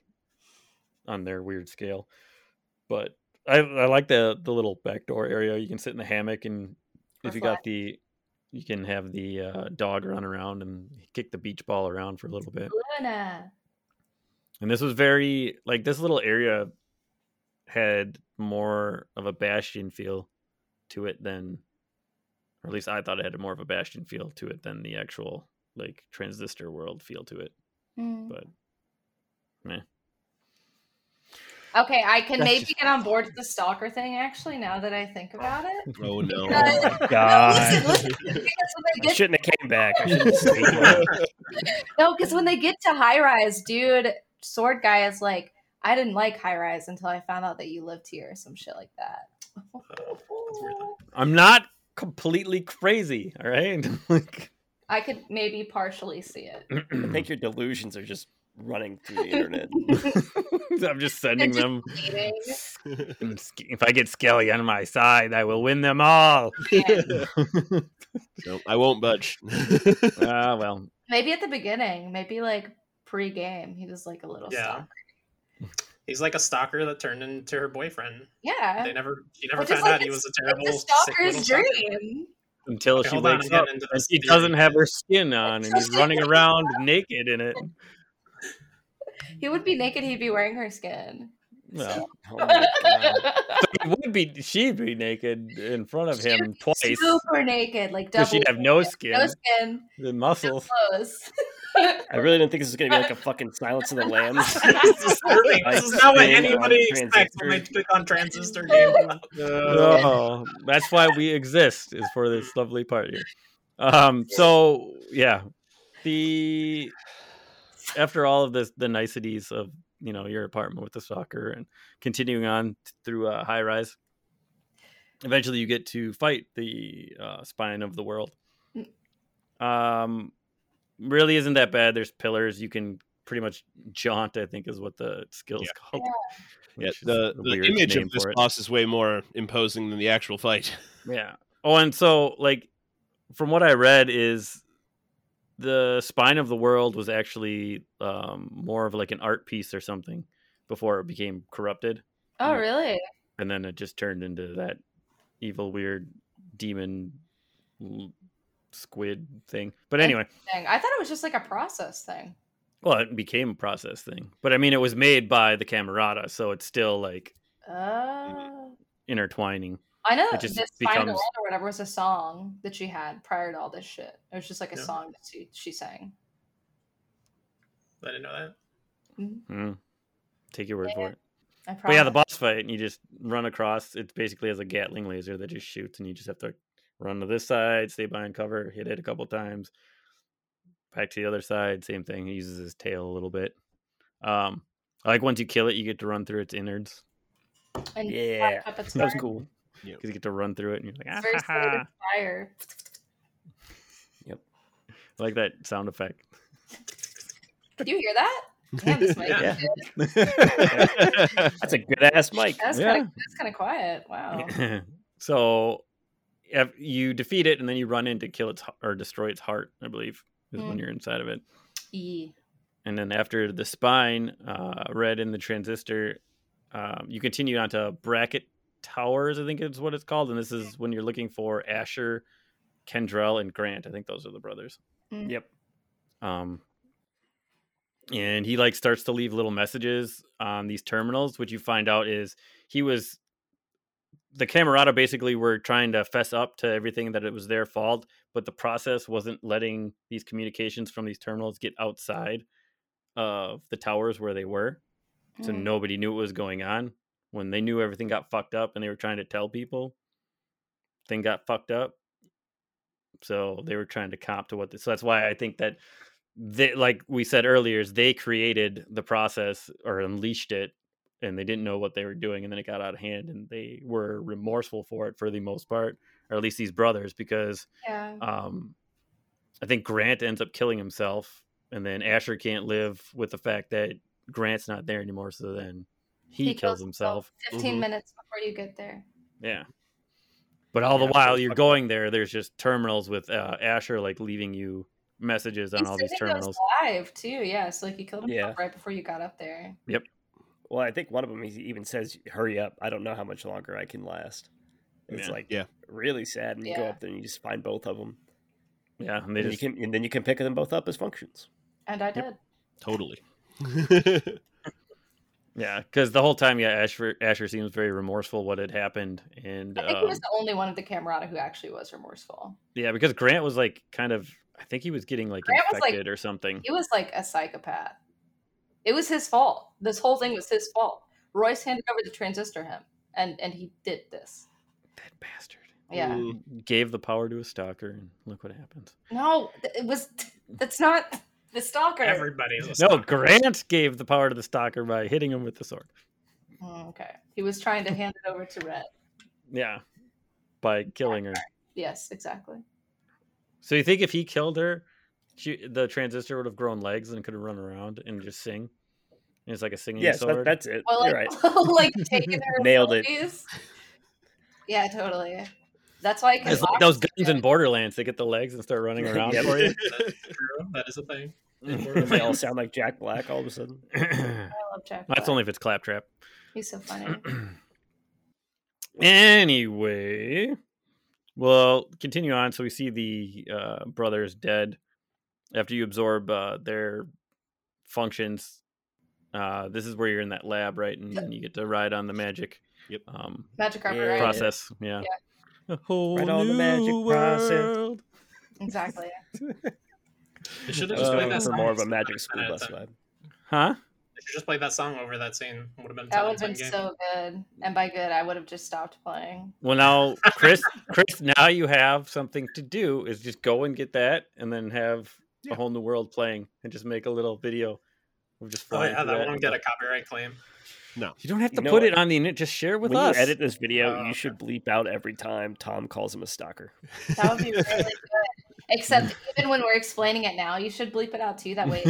on their weird scale. But I, I like the the little backdoor area. You can sit in the hammock, and Or if you got the, you can have the uh, dog run around and kick the beach ball around for a little bit. Luna. And this was very like this little area had more of a bastion feel to it than, or at least I thought it had more of a bastion feel to it than the actual like transistor world feel to it. Mm. But Okay, I can That's maybe just- get on board with the stalker thing actually now that I think about it. Oh no. (laughs) Uh, my listen, god. listen, because (laughs) when I they get shouldn't have came back. I shouldn't have stayed here. No, because when they get to high rise, dude, sword guy is like, I didn't like high rise until I found out that you lived here or some shit like that. (laughs) Um, weird, though. I'm not completely crazy, all right? (laughs) like, I could maybe partially see it. (laughs) I think your delusions are just running through the (laughs) internet. I'm just sending just them. bleeding. I'm sc- If I get Skelly on my side, I will win them all. (laughs) No, I won't budge. Ah, well, Maybe at the beginning, maybe like pre-game, he was like a little Yeah. stalker. He's like a stalker that turned into her boyfriend. Yeah, They never, she never Which is found like out he it's- was a like terrible the sick little stalker's stalker. dream. until Okay, she hold on, wakes I'm up getting into and this she theory. doesn't have (laughs) her skin on, and he's running around naked in it. He would be naked. He'd be wearing her skin. Well, Oh my god. it would be she'd be naked in front of She him twice Super naked, like because double. she'd have no skin, no skin, the no muscles. clothes. I really didn't think this was gonna be like a fucking Silence of the Lambs. This is disturbing. Like, This is not what staying on anybody expects when they transistor. click on transistor (laughs) game. (laughs) Oh, that's why we exist is for this lovely part here. Um, so yeah, the after all of this, the niceties of you know your apartment with the soccer and continuing on through uh, high rise, eventually you get to fight the uh, spine of the world. Um, really isn't that bad. There's pillars you can pretty much jaunt. I think is what the skill's Yeah. called. Yeah, which is the, a the weird image name of this for it. boss is way more imposing than the actual (laughs) fight. (laughs) Yeah. Oh, and so like from what I read is the spine of the world was actually um, more of like an art piece or something before it became corrupted, (laughs) Oh, Yeah. really? and then it just turned into that evil, weird demon l- squid thing. But And- anyway, Dang. I thought it was just like a process thing. well, it became a process thing. But I mean, it was made by the Camerata, so it's still like Oh. intertwining. I know It that just this final becomes- or whatever was a song that she had prior to all this shit. It was just like a Yeah. song that she, she sang. I didn't know Uh, that. Hmm. Take your word for it. I But yeah, the promise. boss fight, you just run across. It basically has a Gatling laser that just shoots, and you just have to run to this side, stay behind cover, hit it a couple times, back to the other side. Same thing. He uses his tail a little bit. Um, I like once you kill it, you get to run through its innards. (laughs) And Yeah. Black (laughs) Puppet's That was Fire. cool Yeah. because you get to run through it, and you're like, ah, It's very ha, (laughs) Slade ha. of fire. I like that sound effect. (laughs) Do you hear that? Damn, this mic. Yeah. is good. That's a good ass mic. That's Yeah. kind of that's kind of quiet. Wow. so if you defeat it, and then you run in to kill its h- or destroy its heart. I believe is when Mm. you're inside of it. E. and then after the spine uh, red in the transistor um, you continue on to bracket towers i think is what it's called and this is when you're looking for asher kendrell and grant i think those are the brothers Yep. um, and he like starts to leave little messages on these terminals which you find out is he was the camerata basically were trying to fess up to everything that it was their fault but the process wasn't letting these communications from these terminals get outside of the towers where they were so Mm. nobody knew what was going on when they knew everything got fucked up and they were trying to tell people thing got fucked up so they were trying to comp to what the, so that's why i think that they like we said earlier is they created the process or unleashed it and they didn't know what they were doing and then it got out of hand and they were remorseful for it for the most part or at least these brothers because Yeah. um i think grant ends up killing himself and then asher can't live with the fact that grant's not there anymore so then he, He kills, kills himself. Mm-hmm. 15 Mhm. minutes before you get there. yeah but all Yeah, the while that's you're fucked up. going there there's just terminals with uh, asher like leaving you messages on all these Instantly goes terminals live too. Yeah, so like you killed himself Yeah. right before you got up there. Well, I think one of them he even says, "Hurry up! I don't know how much longer I can last." It's Yeah. like Yeah. really sad, and you go Yeah. up there and you just find both of them, yeah and they and just you can and then you can pick them both up as functions. And I Yep. did. (laughs) totally. yeah because the whole time yeah asher asher seems very remorseful what had happened and I think he was um, the only one of the Camerata who actually was remorseful. yeah because grant was like kind of i think he was getting like Grant was, like- infected or something He was like a psychopath. It was his fault. This whole thing was his fault. Royce handed over the transistor to him, and and he did this. that bastard Yeah. gave the power to a stalker and look what happens No, th- it was. That's not the stalker. (laughs) Everybody's a No, stalker. Grant gave the power to the stalker by hitting him with the sword. Mm, okay, he was trying to hand it over to Red. Yeah, by killing her. Yes, exactly. So you think if he killed her, she, the transistor would have grown legs and could have run around and just sing? And it's like a singing Yes, that, sword. that's it. (laughs) Well, You're like, right. like taking her Nailed it. abilities. Yeah, totally. That's why I can It's like those guns in Borderlands. They get the legs and start (laughs) running around Yep. for you. That's true. That is a thing. they all sound like Jack Black all of a sudden. that's I love Jack Black. only if it's claptrap. He's so funny. anyway, well, continue on. So we see the uh, brothers dead after you absorb uh, their functions. Uh, this is where you're in that lab, right? And, and you get to ride on the magic Yep. um, Magic carpet Yeah. ride. process. Yeah. A whole Ride on the magic new process. world. Exactly. They should I have was just Uh, played going that for song. more of a instead magic of school that bus time. vibe. Huh? They should just play that song over that scene. Would have been. a That would totally have been fun game. so good. And by good, I would have just stopped playing. Well, now, Chris, Chris, now you have something to do is just go and get that and then have Yeah. a whole new world playing and just make a little video of just Oh flying. yeah, through that won't and get stuff. a copyright claim. You don't have You to know put what? it on the internet. Just share it with when us. you (laughs) edit this video, Oh, (laughs) you should bleep out every time Tom calls him a stalker. That would be really good. Except even when we're explaining it now, you should bleep it out too. That way,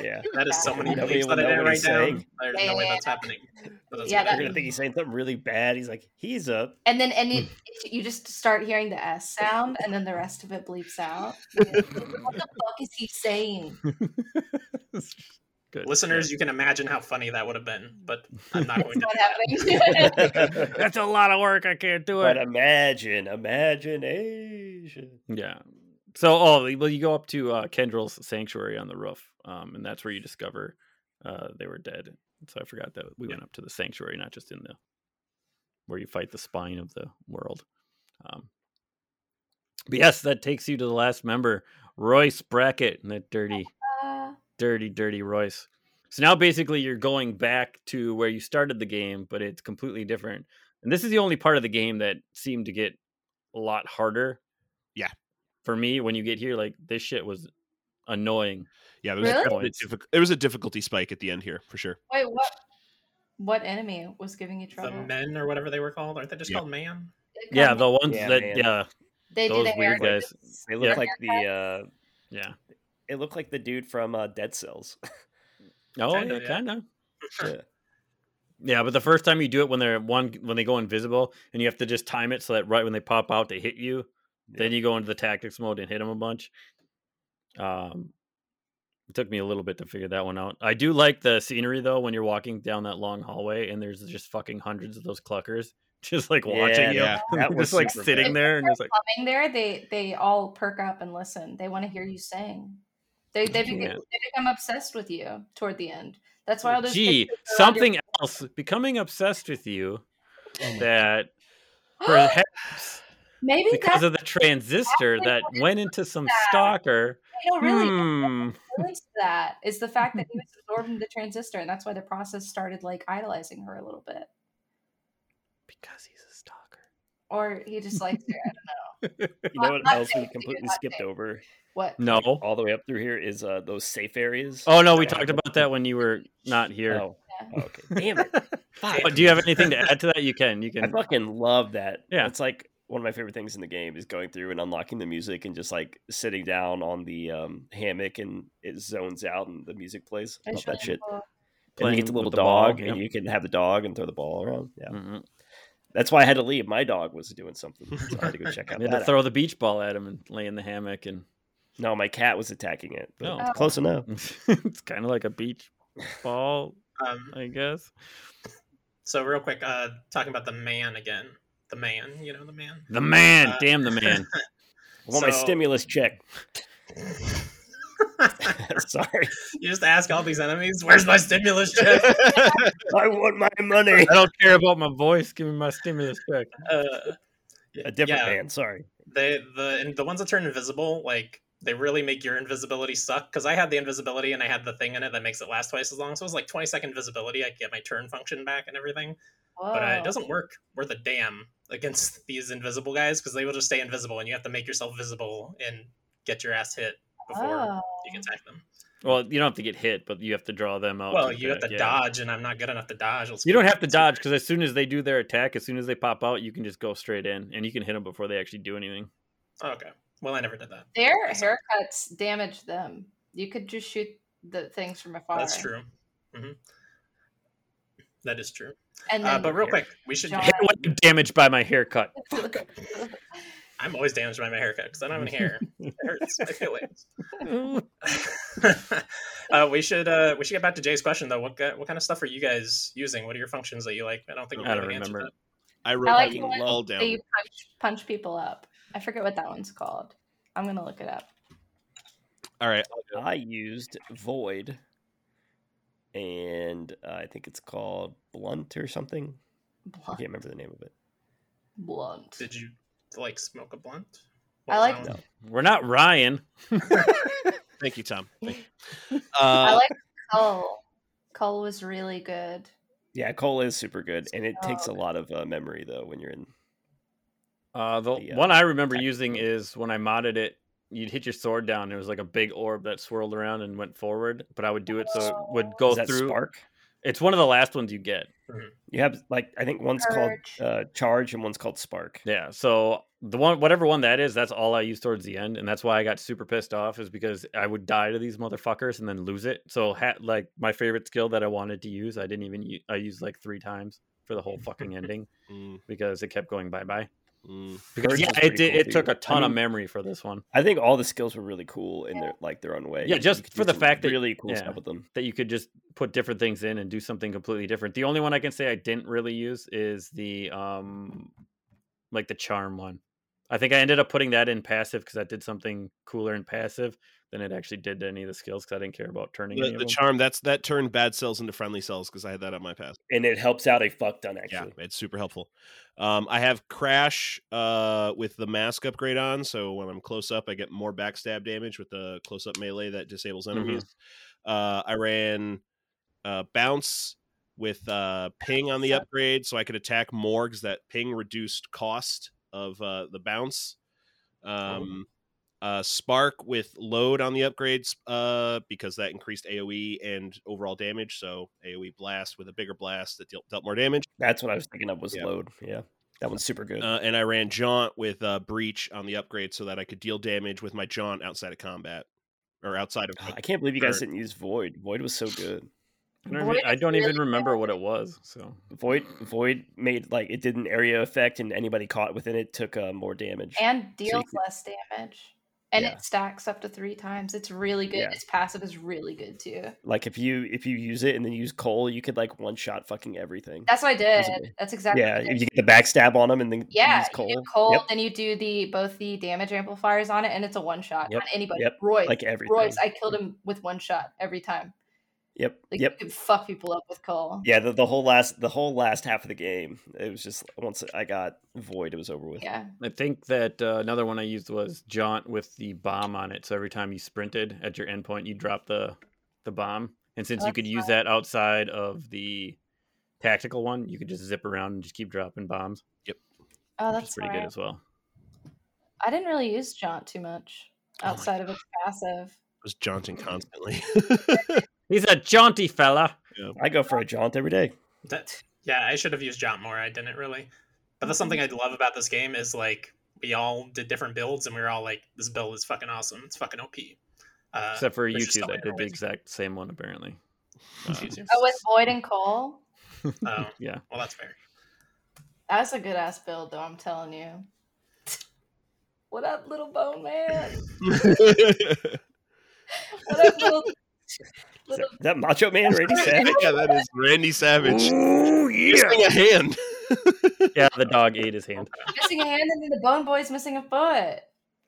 Yeah. That is (laughs) so many Nobody bleeps will that I know didn't what he's write down. saying. There's Yeah, no way yeah, that's yeah. happening. But that's Yeah, what that- They're gonna think he's saying something really bad. He's like, he's (laughs) up. and then and Hmm. you, you just start hearing the s sound, and then the rest of it (laughs) bleeps out. what the fuck is he saying? Good. Listeners, you can imagine how funny that would have been, but I'm (laughs) not going to. Not happening. (laughs) (laughs) that's a lot of work. I can't (laughs) do But um, it. imagine, imagination. Yeah. So, oh, well, you go up to uh, Kendrill's sanctuary on the roof, um, and that's where you discover uh, they were dead. So I forgot that we went up to the sanctuary, not just in the where you fight the spine of the world. Um, but yes, that takes you to the last member, Royce Brackett, and that dirty, Uh, dirty, dirty Royce. So now basically you're going back to where you started the game, but it's completely different. And this is the only part of the game that seemed to get a lot harder. Yeah. For me, when you get here, like this shit was annoying. (laughs) Yeah, there was, Really? a definite diffic- there was a difficulty spike at the end here for sure. wait, what? What enemy was giving you The trouble? men or whatever they were called, aren't they just Yeah. called man? They Yeah, come- the ones Yeah, that man. yeah, they do those the hair. weird guys. things. They look Yeah. like the uh yeah. it looked like the dude from uh, Dead (laughs) Cells. (laughs) Oh Kinda, yeah, yeah. kinda. Yeah. Yeah, but the first time you do it when they're one when they go invisible and you have to just time it so that right when they pop out they hit you. Then you go into the tactics mode and hit them a bunch. Um it took me a little bit to figure that one out. I do like the scenery though when you're walking down that long hallway and there's just fucking hundreds of those cluckers (laughs) just like Yeah, watching you. (laughs) yeah. That They're was just like super sitting bad. there and just like Coming there, they they all perk up and listen. They want to hear you sing. They they, become, Yeah. they become obsessed with you toward the end. That's why all those gee, pictures are on your- something else becoming obsessed with you Oh that (gasps) perhaps (gasps) (laughs) maybe because that's of the transistor exactly that what it went into some that. stalker. you know, really Hmm. relates to that is the fact (laughs) that he was absorbed in the transistor, and that's why the process started like idolizing her a little bit, Because he's a stalker. or (laughs) he just likes her. I don't know You know what Hot else take, we dude, completely hot skipped take. over what. Hmm. No. all the way up through here is uh those safe areas. Oh no, we Yeah. talked about that when you were (laughs) not here. Oh, Yeah. oh, okay. Damn it. Oh, do you have anything to add to that? You (laughs) can. You I can. fucking love that. Yeah. It's like one of my favorite things in the game is going through and unlocking the music and just like sitting down on the um, hammock and it zones out and the music plays. I love It's that really shit. cool. And you Playing get the little with the ball, dog yep. and you can have the dog and throw the ball around. Yeah. Mhm. That's why I had to leave. My dog was doing something. (laughs) So I had to go check out You that. had to out. throw the beach ball at him and lay in the hammock, and (laughs) No, my cat was attacking it. But Oh. it's close enough. it's kind of like a beach ball, Um, I guess. so real quick, uh, talking about the man again. The man, you know the man. The man, Uh, damn the man. I want my So- stimulus check. (laughs) Sorry. (laughs) you just ask all these enemies, "Where's my stimulus check?" I want my (laughs) money. (laughs) I don't care about my voice. Give me my stimulus check. Uh, A different yeah, man. Sorry. They the and the ones that turn invisible, like they really make your invisibility suck. Because I had the invisibility and I had the thing in it that makes it last twice as long. So it was like twenty second visibility. I could get my turn function back and everything, but uh, Whoa. it doesn't work worth a damn against (laughs) these invisible guys because they will just stay invisible and you have to make yourself visible and get your ass hit before Oh. you can attack them. Well, you don't have to get hit, but you have to draw them out. well, like you have that, to Oh, yeah. dodge, and I'm not good enough to dodge. I'll You don't have speak to faster. dodge because as soon as they do their attack, as soon as they pop out, you can just go straight in and you can hit them before they actually do anything. Oh, okay. Well, I never did that. Their That's all. haircuts damage them. You could just shoot the things from afar. That's true. Mhm. That is true. And then Uh, but real quick, we should. John. Hit with damage by (laughs) my haircut. (laughs) (laughs) I'm always damaged by my haircut because I don't have (laughs) any hair. It hurts. I feel it. (laughs) uh, we should uh, we should get back to Jay's question though. What ki- what kind of stuff are you guys using? What are your functions that you like? I don't think we I don't really answered remember. I wrote I like that the one all that you down. punch, punch people up. I forget what that one's called. I'm gonna look it up. All right. I used Void, and uh, I think it's called Blunt or something. I Blunt. can't remember the name of it. Blunt. that. Did you like smoke a blunt? I was like- that one? We're not Ryan. Thank you, Tom. Thank you. (laughs) I Uh, like Cull. Cull was really good. Yeah, Cole is super good, and it takes a Oh. lot of uh, memory though when you're in. Uh, the The, uh, one I remember tactical. using is when I modded it, you'd hit your sword down. And it was like a big orb that swirled around and went forward, but I would do it so it would go Is that through. Spark? It's one of the last ones you get. You have like I think one's Charge. called uh, Charge and one's called Spark. Yeah. So the one, whatever one that is, that's all I use towards the end, and that's why I got super pissed off is because I would die to these motherfuckers and then lose it. So ha- like my favorite skill that I wanted to use, I didn't even. u- I used like three times for the whole fucking ending Mm, because it kept going bye bye. mm. Because Purge yeah, was it pretty did, cool, it took too. a I ton of mean- memory for this one I think all the skills were really cool in their like their own way. Yeah, You just could for do the some fact that- really cool yeah. stuff with them. that you could just put different things in and do something completely different. The only one I can say I didn't really use is the um like the charm one. I think I ended up putting that in passive because I did something cooler in passive than it actually did to any of the skills because I didn't care about turning any The, of the them. charm that's that turned bad cells into friendly cells because I had that on my pass. And it helps out a fuck ton Yeah, actually. it's super helpful. Um, I have crash uh, with the mask upgrade on, so when I'm close up, I get more backstab damage with the close up melee that disables enemies. Uh, I ran uh, bounce with uh, ping on the upgrade, so I could attack more because that ping reduced cost of uh, the bounce. Um, uh, spark with load on the upgrades uh, because that increased AOE and overall damage. So AOE blast with a bigger blast that dealt, dealt more damage. That's what I was thinking of was Yeah. load. Yeah. That one's super good. Uh, and I ran jaunt with uh, breach on the upgrade so that I could deal damage with my jaunt outside of combat or outside of. Ah, I can't believe you guys Burn. didn't use Void. Void was so good. I don't, Void even, I is don't even really remember what it was. So Void Void made like it did an area effect and anybody caught within it took uh, more damage. and you deals could- less damage. And Yeah. it stacks up to three times. It's really good. Yeah. Its passive is really good too. like if you if you use it and then use coal, you could like one shot fucking everything. That's what I did. Isn't it? That's exactly. Yeah, what I if did. you get the backstab on them and then yeah. use coal, You do cold, Yep, then you do the both the damage amplifiers on it, and it's a one shot Yep, on anybody. yep, Royce, like everything. Royce, I killed him with one shot every time. Yep, Like yep. you could fuck people up with coal. Yeah, the, the whole last the whole last half of the game, it was just once I got void, it was over with. Yeah. I think that uh, another one I used was jaunt with the bomb on it. So every time you sprinted at your endpoint, you drop the the bomb, and since Oh, you could that's use that outside of the tactical one, you could just zip around and just keep dropping bombs, Oh, which is that's pretty good smart. as well. I didn't really use jaunt too much Oh my outside of its passive. was jaunting constantly. He's a jaunty fella. I go for a jaunt every day. That yeah, I should have used Jot more. I didn't really. But that's something I Mm-hmm. love about this game is like we all did different builds and we were all like, this build is fucking awesome. It's fucking OP. Uh, Except for there's you just two so that many did the ways. exact same (laughs) one apparently. Uh, Jeez, you're- Oh, with void and coal. (laughs) oh, (laughs) Yeah. well, that's fair. That's a good ass build, though. I'm telling you. (laughs) What up, little bone man? (laughs) What up, little? Is little that, is that Macho Man Randy Savage? yeah, that is Randy Savage. Ooh, yeah. Missing a hand. Yeah, the dog ate his (laughs) hand. (laughs) missing a hand, and then the bone boy's missing a foot.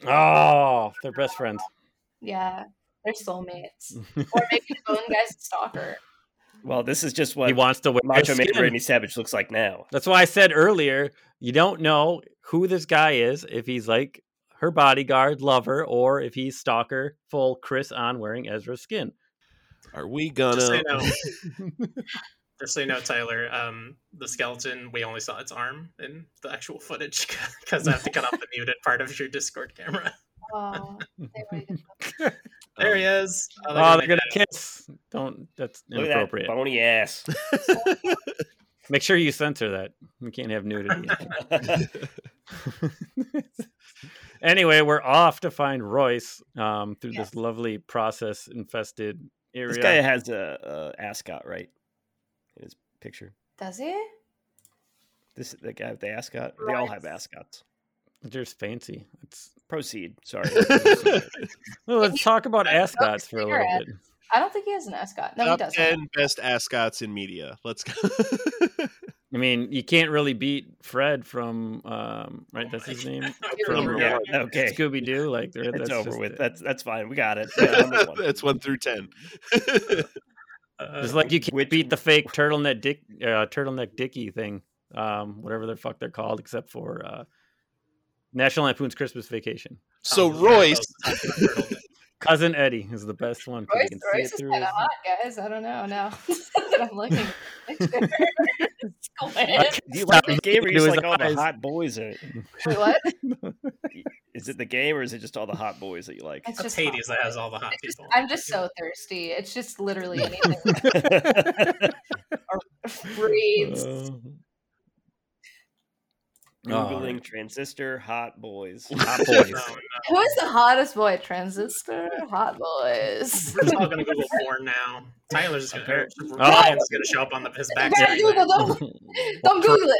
Oh, they're best friends. Yeah, they're (laughs) soulmates. Or maybe the bone guy's a stalker. Well, this is just he what wants to wear Macho Man skin. Randy Savage looks like now. That's why I said earlier, you don't know who this guy is if he's like her bodyguard, lover, or if he's stalker, full Chris on wearing Ezra's skin. Are we Just so gonna? uh, you (laughs) know, just so you know, Tyler, um, the skeleton we only saw its arm in the actual footage (laughs) because I have to cut (laughs) off the muted part of your Discord Um, camera. Oh, they were (laughs) good. There he is. Oh, they're gonna gonna kiss. Don't. That's Look at inappropriate. that bony (laughs) ass. Make sure you censor that. We can't have nudity. (laughs) (laughs) anyway, we're off to find Royce um, through this lovely process infested this area. guy has a, a ascot, right? In his picture. Does he? This the guy with the ascot. They all have Right. ascots. There's fancy. It's, Proceed. (laughs) Sorry. well, let's talk about That's not ascots for a little cigarette. bit. I don't think he has an ascot. No, he Top doesn't. ten best ascots in media. Let's go. I mean, you can't really beat Fred from um, right. That's his (laughs) name. From- (laughs) yeah, Oh okay. Scooby Doo. Like (laughs) there- It's that's over just with. it. That's that's fine. We (laughs) got it. Yeah, (laughs) number one. That's one Oh, through ten. Uh, It's oh, like you can't Which- beat the fake turtleneck dick, uh, turtleneck dicky thing, um, whatever the fuck they're called, except for uh, National Lampoon's Christmas Vacation. so Royce, Cousin Eddie is the best one. 'cause Royce, you can see it Royce is through kind of his- hot, guys. I don't know (laughs) now that I'm looking at the picture. (laughs) It's cool, man. I can't Do you stop like this game where looking you just to like his all the (laughs) eyes. hot boys in it? Wait, what? Is it the game or is it just all the hot boys that you like? (laughs) It's That's just Hades hot. that has all the hot It's just- people. I'm just so thirsty. It's (laughs) just literally anything. Breeds. Oh. (laughs) Googling transistor hot boys. hot No, boys. no, Who is the hottest boy? at Transistor? Hot boys. we're all gonna Google porn now. Tyler's gonna, or Ryan's gonna show up on the his (laughs) back. Gotta screen. Google, don't, (laughs) don't Google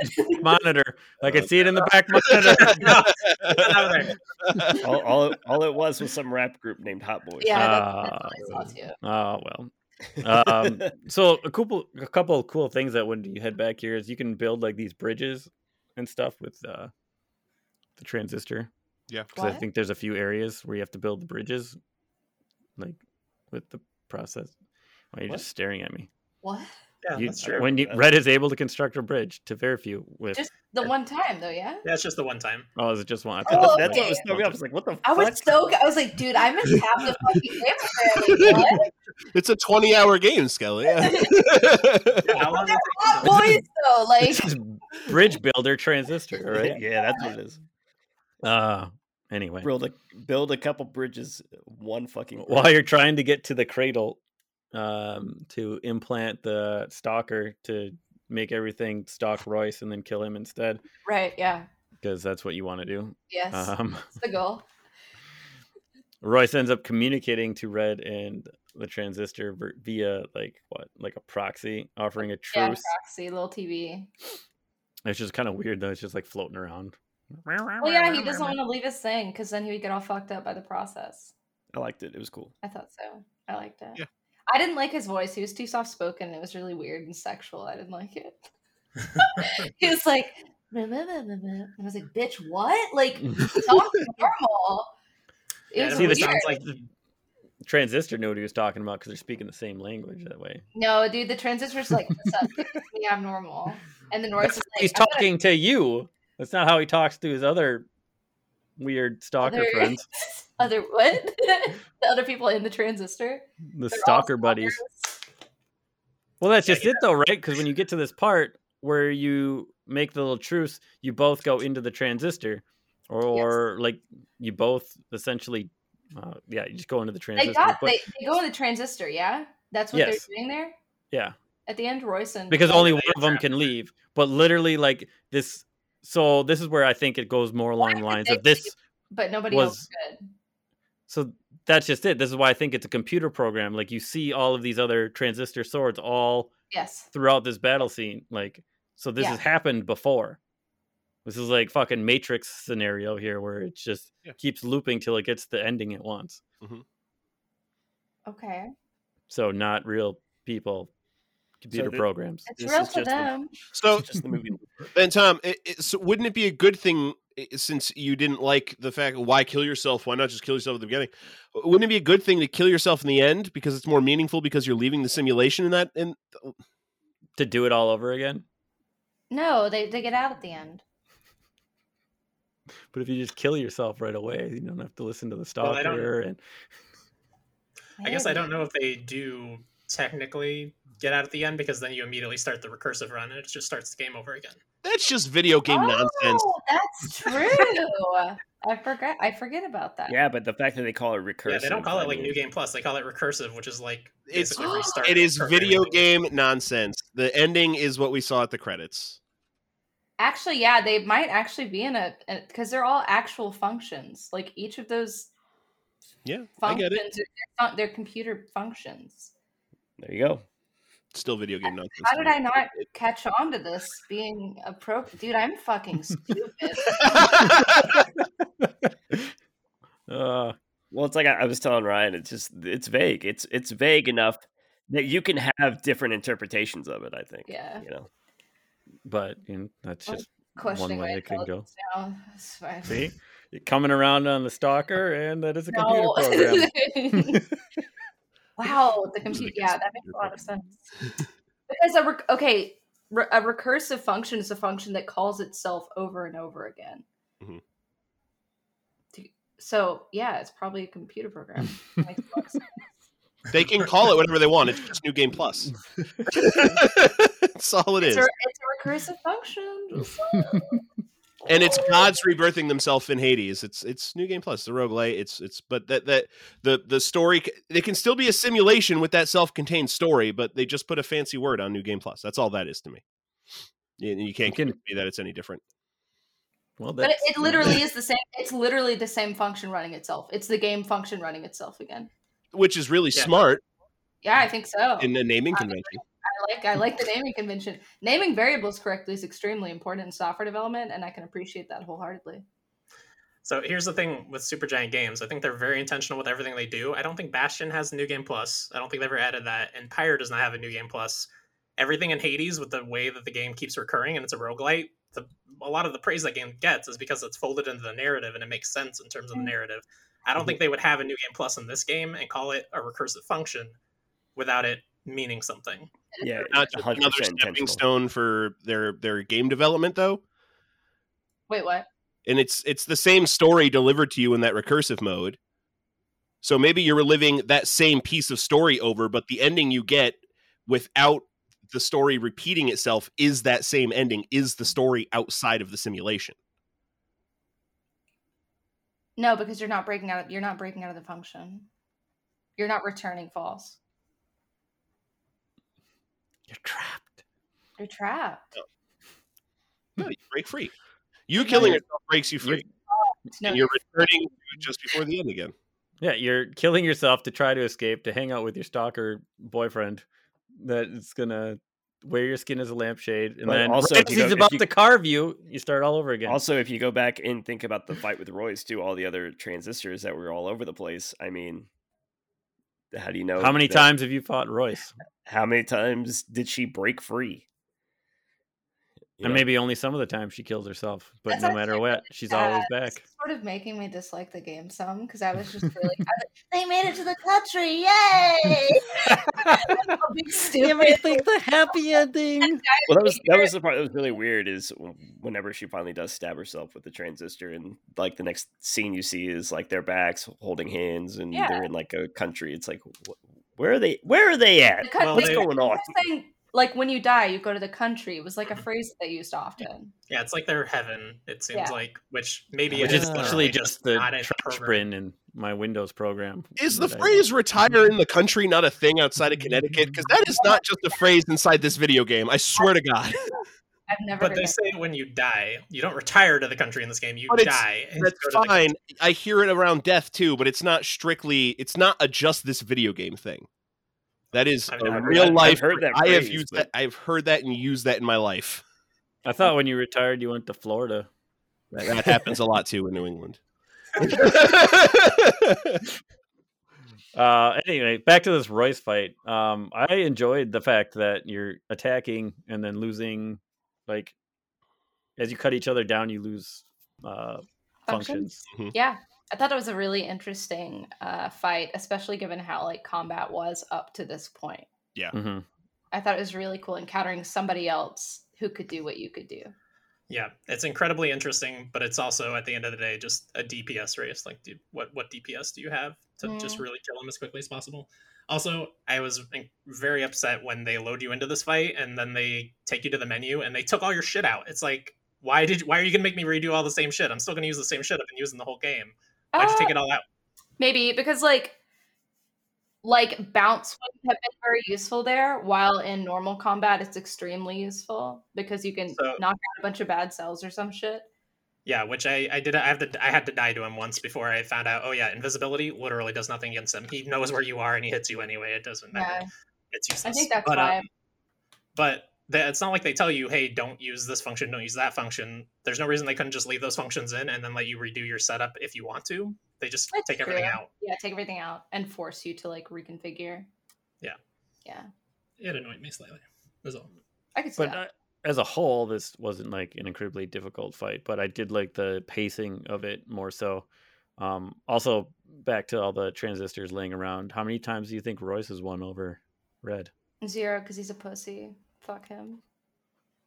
(laughs) it. monitor. I could see it in the (laughs) back monitor. No, get out of there. all, all, all it was was some rap group named Hot Boys. Yeah, that's, that's what I saw too. Oh well. Um, so a couple, a couple of cool things that when you head back here is you can build like these bridges and stuff with uh, the transistor. Yeah. because I What? think there's a few areas where you have to build the bridges, like with the process. Why are you What? just staring at me? What? Yeah, You- that's true. When you, That's- Red is able to construct a bridge to very few with. Just the one time though, yeah. That's just the one time. oh, is it just one? I That- thought Oh, it That's was what okay. was multiple. throwing me off. I was like, what the I was fuck? (laughs) so. I was like, dude, I missed half the (laughs) fucking game. apparently. What? (laughs) It's a 20 hour game, (laughs) Skelly. (laughs) Yeah. Yeah, how long does They're it hot take? boys though. (laughs) Like, It's just bridge builder transistor, (laughs) right? Yeah, that's what it is. Uh anyway. Build a, build a couple bridges, one fucking. bridge. While you're trying to get to the cradle um to implant the stalker to make everything stalk Royce and then kill him instead right? Yeah. because that's what you want to do. Yes. Um (laughs) That's the goal. Royce ends up communicating to Red and the transistor ver- via like what? Like a proxy offering a Yeah, truce. proxy, little TV. It's just kind of weird though. It's just like floating around. Well, yeah, he doesn't want to leave his thing because then he would get all fucked up by the process. I liked it. It was cool. I thought so. I liked it. Yeah. I didn't like his voice. He was too soft spoken. It was really weird and sexual. I didn't (laughs) like it. he was like, "Blah, blah, blah, blah, blah." I was like, bitch, what? (laughs) Like, talk normal. It Yeah, was See, it this weird. sounds like Transistor knew what he was talking about because they're speaking the same language that way. no, dude, the transistor's like, "What's up? This makes me abnormal. And then Royce is like, He's "I'm gonna talking to you. That's not how he talks to his other weird stalker other- (laughs) friends, Other what? (laughs) the other people in the transistor. the They're all stalker buddies. stalkers. Well, that's just it though, right? Because when you get to this part where you make the little truce, you both go into the transistor, or like you both essentially, uh, yeah, you just go into the transistor. They got but- they, they go in the transistor. Yeah, that's what Yes. they're doing there. yeah, At the end, Royce and because only one they of them trapped. can leave. But literally, like this. So this is where I think it goes more along did the lines they of this. leave? but nobody else was- could. So that's just it. This is why I think it's a computer program. Like you see all of these other transistor swords all Yes, throughout this battle scene. Like so this Yeah. has happened before. This is like fucking Matrix scenario here where it just Yeah. keeps looping till it gets the ending it wants. okay, So not real people, computer thi- programs. it's This real is to just a- them. so It's just the movie. then, Tom, it, it, so wouldn't it be a good thing i- since you didn't like the fact why kill yourself? Why not just kill yourself at the beginning? Wouldn't it be a good thing to kill yourself in the end because it's more meaningful because you're leaving the simulation in that? And To do it all over again. No, they they get out at the end. But if you just kill yourself right away, you don't have to listen to the Well, I don't- stalker and I guess I don't know if they do technically get out at the end because then you immediately start the recursive run and it just starts the game over again. that's just video game oh, nonsense. That's true. I forget. I forget about that. Yeah, but the fact that they call it recursive. Yeah, they don't call I it like mean, New Game Plus. They call it recursive, which is like It's- basically restart. Oh, It is start video everything. game nonsense. The ending is what we saw at the credits. Actually, yeah, they might actually be in a because they're all actual functions. Like each of those Yeah, I functions, get it. Are, they're, they're computer functions. There you go. Still video game nonsense. How did I not It- catch on to this being appropriate? Dude, I'm fucking stupid. (laughs) uh Well, it's like I, I was telling Ryan. It's just it's vague. It's it's vague enough that you can have different interpretations of it. I think. Yeah. You know. but you know, that's Well, just Questioning way my it could go. intelligence now. It's fine. See, You're coming around on the stalker, and that is a (laughs) computer No. program. wow, the computer. Like a Yeah, that makes computer a lot of sense. Because a rec- okay, re- a recursive function is a function that calls itself over and over again. Mhm. Do- So yeah, it's probably a computer program. Makes a lot of sense. they can call it whatever they want. It's just New Game (laughs) Plus. (laughs) That's all it is. it's, a, it's a recursive function. just, uh, and it's gods rebirthing themselves in Hades. It's it's new game plus the roguelite. It's it's but that that the the story c- it can still be a simulation with that self-contained story, but they just put a fancy word on new game plus. That's all that is to me. You, you can't can- convince me that it's any different. Well, But it, that's, it literally is the same. It's literally the same function running itself. It's the game function running itself again. Which is really Yeah. smart Yeah, I think so. in the naming convention. I like I like the naming convention. Naming variables correctly is extremely important in software development, and I can appreciate that wholeheartedly. So here's the thing with Supergiant Games. I think they're very intentional with everything they do. I don't think Bastion has New Game Plus. I don't think they ever added that. And Pyre does not have a New Game Plus. Everything in Hades, with the way that the game keeps recurring and it's a roguelite, the, a lot of the praise that game gets is because it's folded into the narrative and it makes sense in terms of the narrative. I don't think they would have a New Game Plus in this game and call it a recursive function without it meaning something. Yeah, Not just 100% another stepping intentional. stone for their their game development though. Wait, what? and it's it's the same story delivered to you in that recursive mode. So maybe you're reliving that same piece of story over, but the ending you get without the story repeating itself is that same ending, is the story outside of the simulation. No, because you're not breaking out. Of, you're not breaking out of the function. You're not returning false. you're trapped. You're trapped. No, you break free. You killing yourself breaks you free, It's and you're returning to just before the end again. Yeah, you're killing yourself to try to escape to hang out with your stalker boyfriend that is gonna wear your skin as a lampshade, and But then also, also if you go- he's if about you- to carve you. You start all over again. Also, if you go back and think about the fight with Royce, too, all the other transistors that were all over the place. I mean, how do you know How many that- times have you fought Royce? How many times did she break free? You And know? maybe only some of the time she kills herself, but That's no actually matter what, she's sad. always (laughs) back. It's sort of making me dislike the game some because I was just really. (laughs) I was like, they made it to the country! Yay! (laughs) How big stupid. (laughs) think the happy ending. well, that was that was the part that was really weird is whenever she finally does stab herself with the transistor, and like the next scene you see is like their backs holding hands, and Yeah. they're in like a country. It's like, wh- where are they? Where are they at? The country- What's they- going on? (laughs) First thing, like when you die, you go to the country. was like a phrase that they used often. Yeah, it's like they're heaven, it seems Yeah. like, which maybe Which it is is Ah. literally literally just the not in the trash program. bin in my Windows program. Is the that I- phrase retire in the country not a thing outside of Connecticut? Because that is not just a phrase inside this video game. I swear to God. I've never. But been they say when you die, you don't retire to the country in this game. You But it's- die. and That's go to the- fine. I hear it around death too, but it's not strictly. It's not a just this video game thing. That is I've a never- real I've life. heard that I have phrase, used but- that. I have heard that and used that in my life. I thought when you retired, you went to Florida. That, that happens a lot too in (laughs) New England. (laughs) Uh, anyway, back to this Royce fight. Um, I enjoyed the fact that you're attacking and then losing, like, as you cut each other down, you lose uh, functions. Mhm. Yeah, I thought it was a really interesting uh, fight, especially given how like combat was up to this point. hmm I thought it was really cool encountering somebody else who could do what you could do. Yeah, it's incredibly interesting, but it's also at the end of the day just a DPS race. Like, dude, what what DPS do you have to just Mm. really kill them as quickly as possible? Also, I was in- very upset when they load you into this fight and then they take you to the menu and they took all your shit out. It's like, why did why are you gonna make me redo all the same shit? I'm still gonna use the same shit I've been using the whole game. Why'd you Uh, take it all out? Maybe because like like bounce wouldn't have been very useful there, while in normal combat it's extremely useful because you can So- knock out a bunch of bad cells or some shit. Yeah, which I I did I have to I had to die to him once before I found out. Oh yeah, invisibility literally does nothing against him. He knows where you are and he hits you anyway. It doesn't matter. Yeah. It's useless. I think that's But, uh, why. but that, it's not like they tell you, hey, don't use this function, don't use that function. There's no reason they couldn't just leave those functions in and then let you redo your setup if you want to. They just That's take everything true. out. yeah, take everything out and force you to like reconfigure. Yeah. Yeah. It annoyed me slightly. That's all. I could see But that. uh, as a whole, this wasn't like an incredibly difficult fight, but I did like the pacing of it more so. Um, also, back to all the transistors laying around. How many times do you think Royce has won over Red? Zero, because he's a pussy. Fuck him.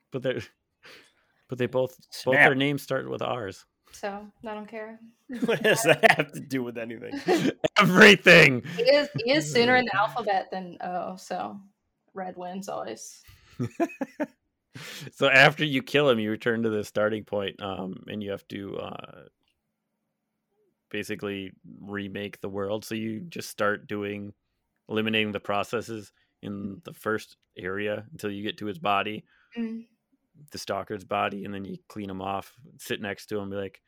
But they, (laughs) but they both both Snap. their names start with R's. So I don't care. (laughs) What does (laughs) that have to do with anything? Everything. He is (laughs) he is sooner in the alphabet than O, so red wins always. (laughs) so after you kill him, you return to the starting point, um, and you have to uh, basically remake the world. So you just start doing eliminating the processes in the first area until you get to his body, Mm. the stalker's body, and then you clean him off, sit next to him, be like,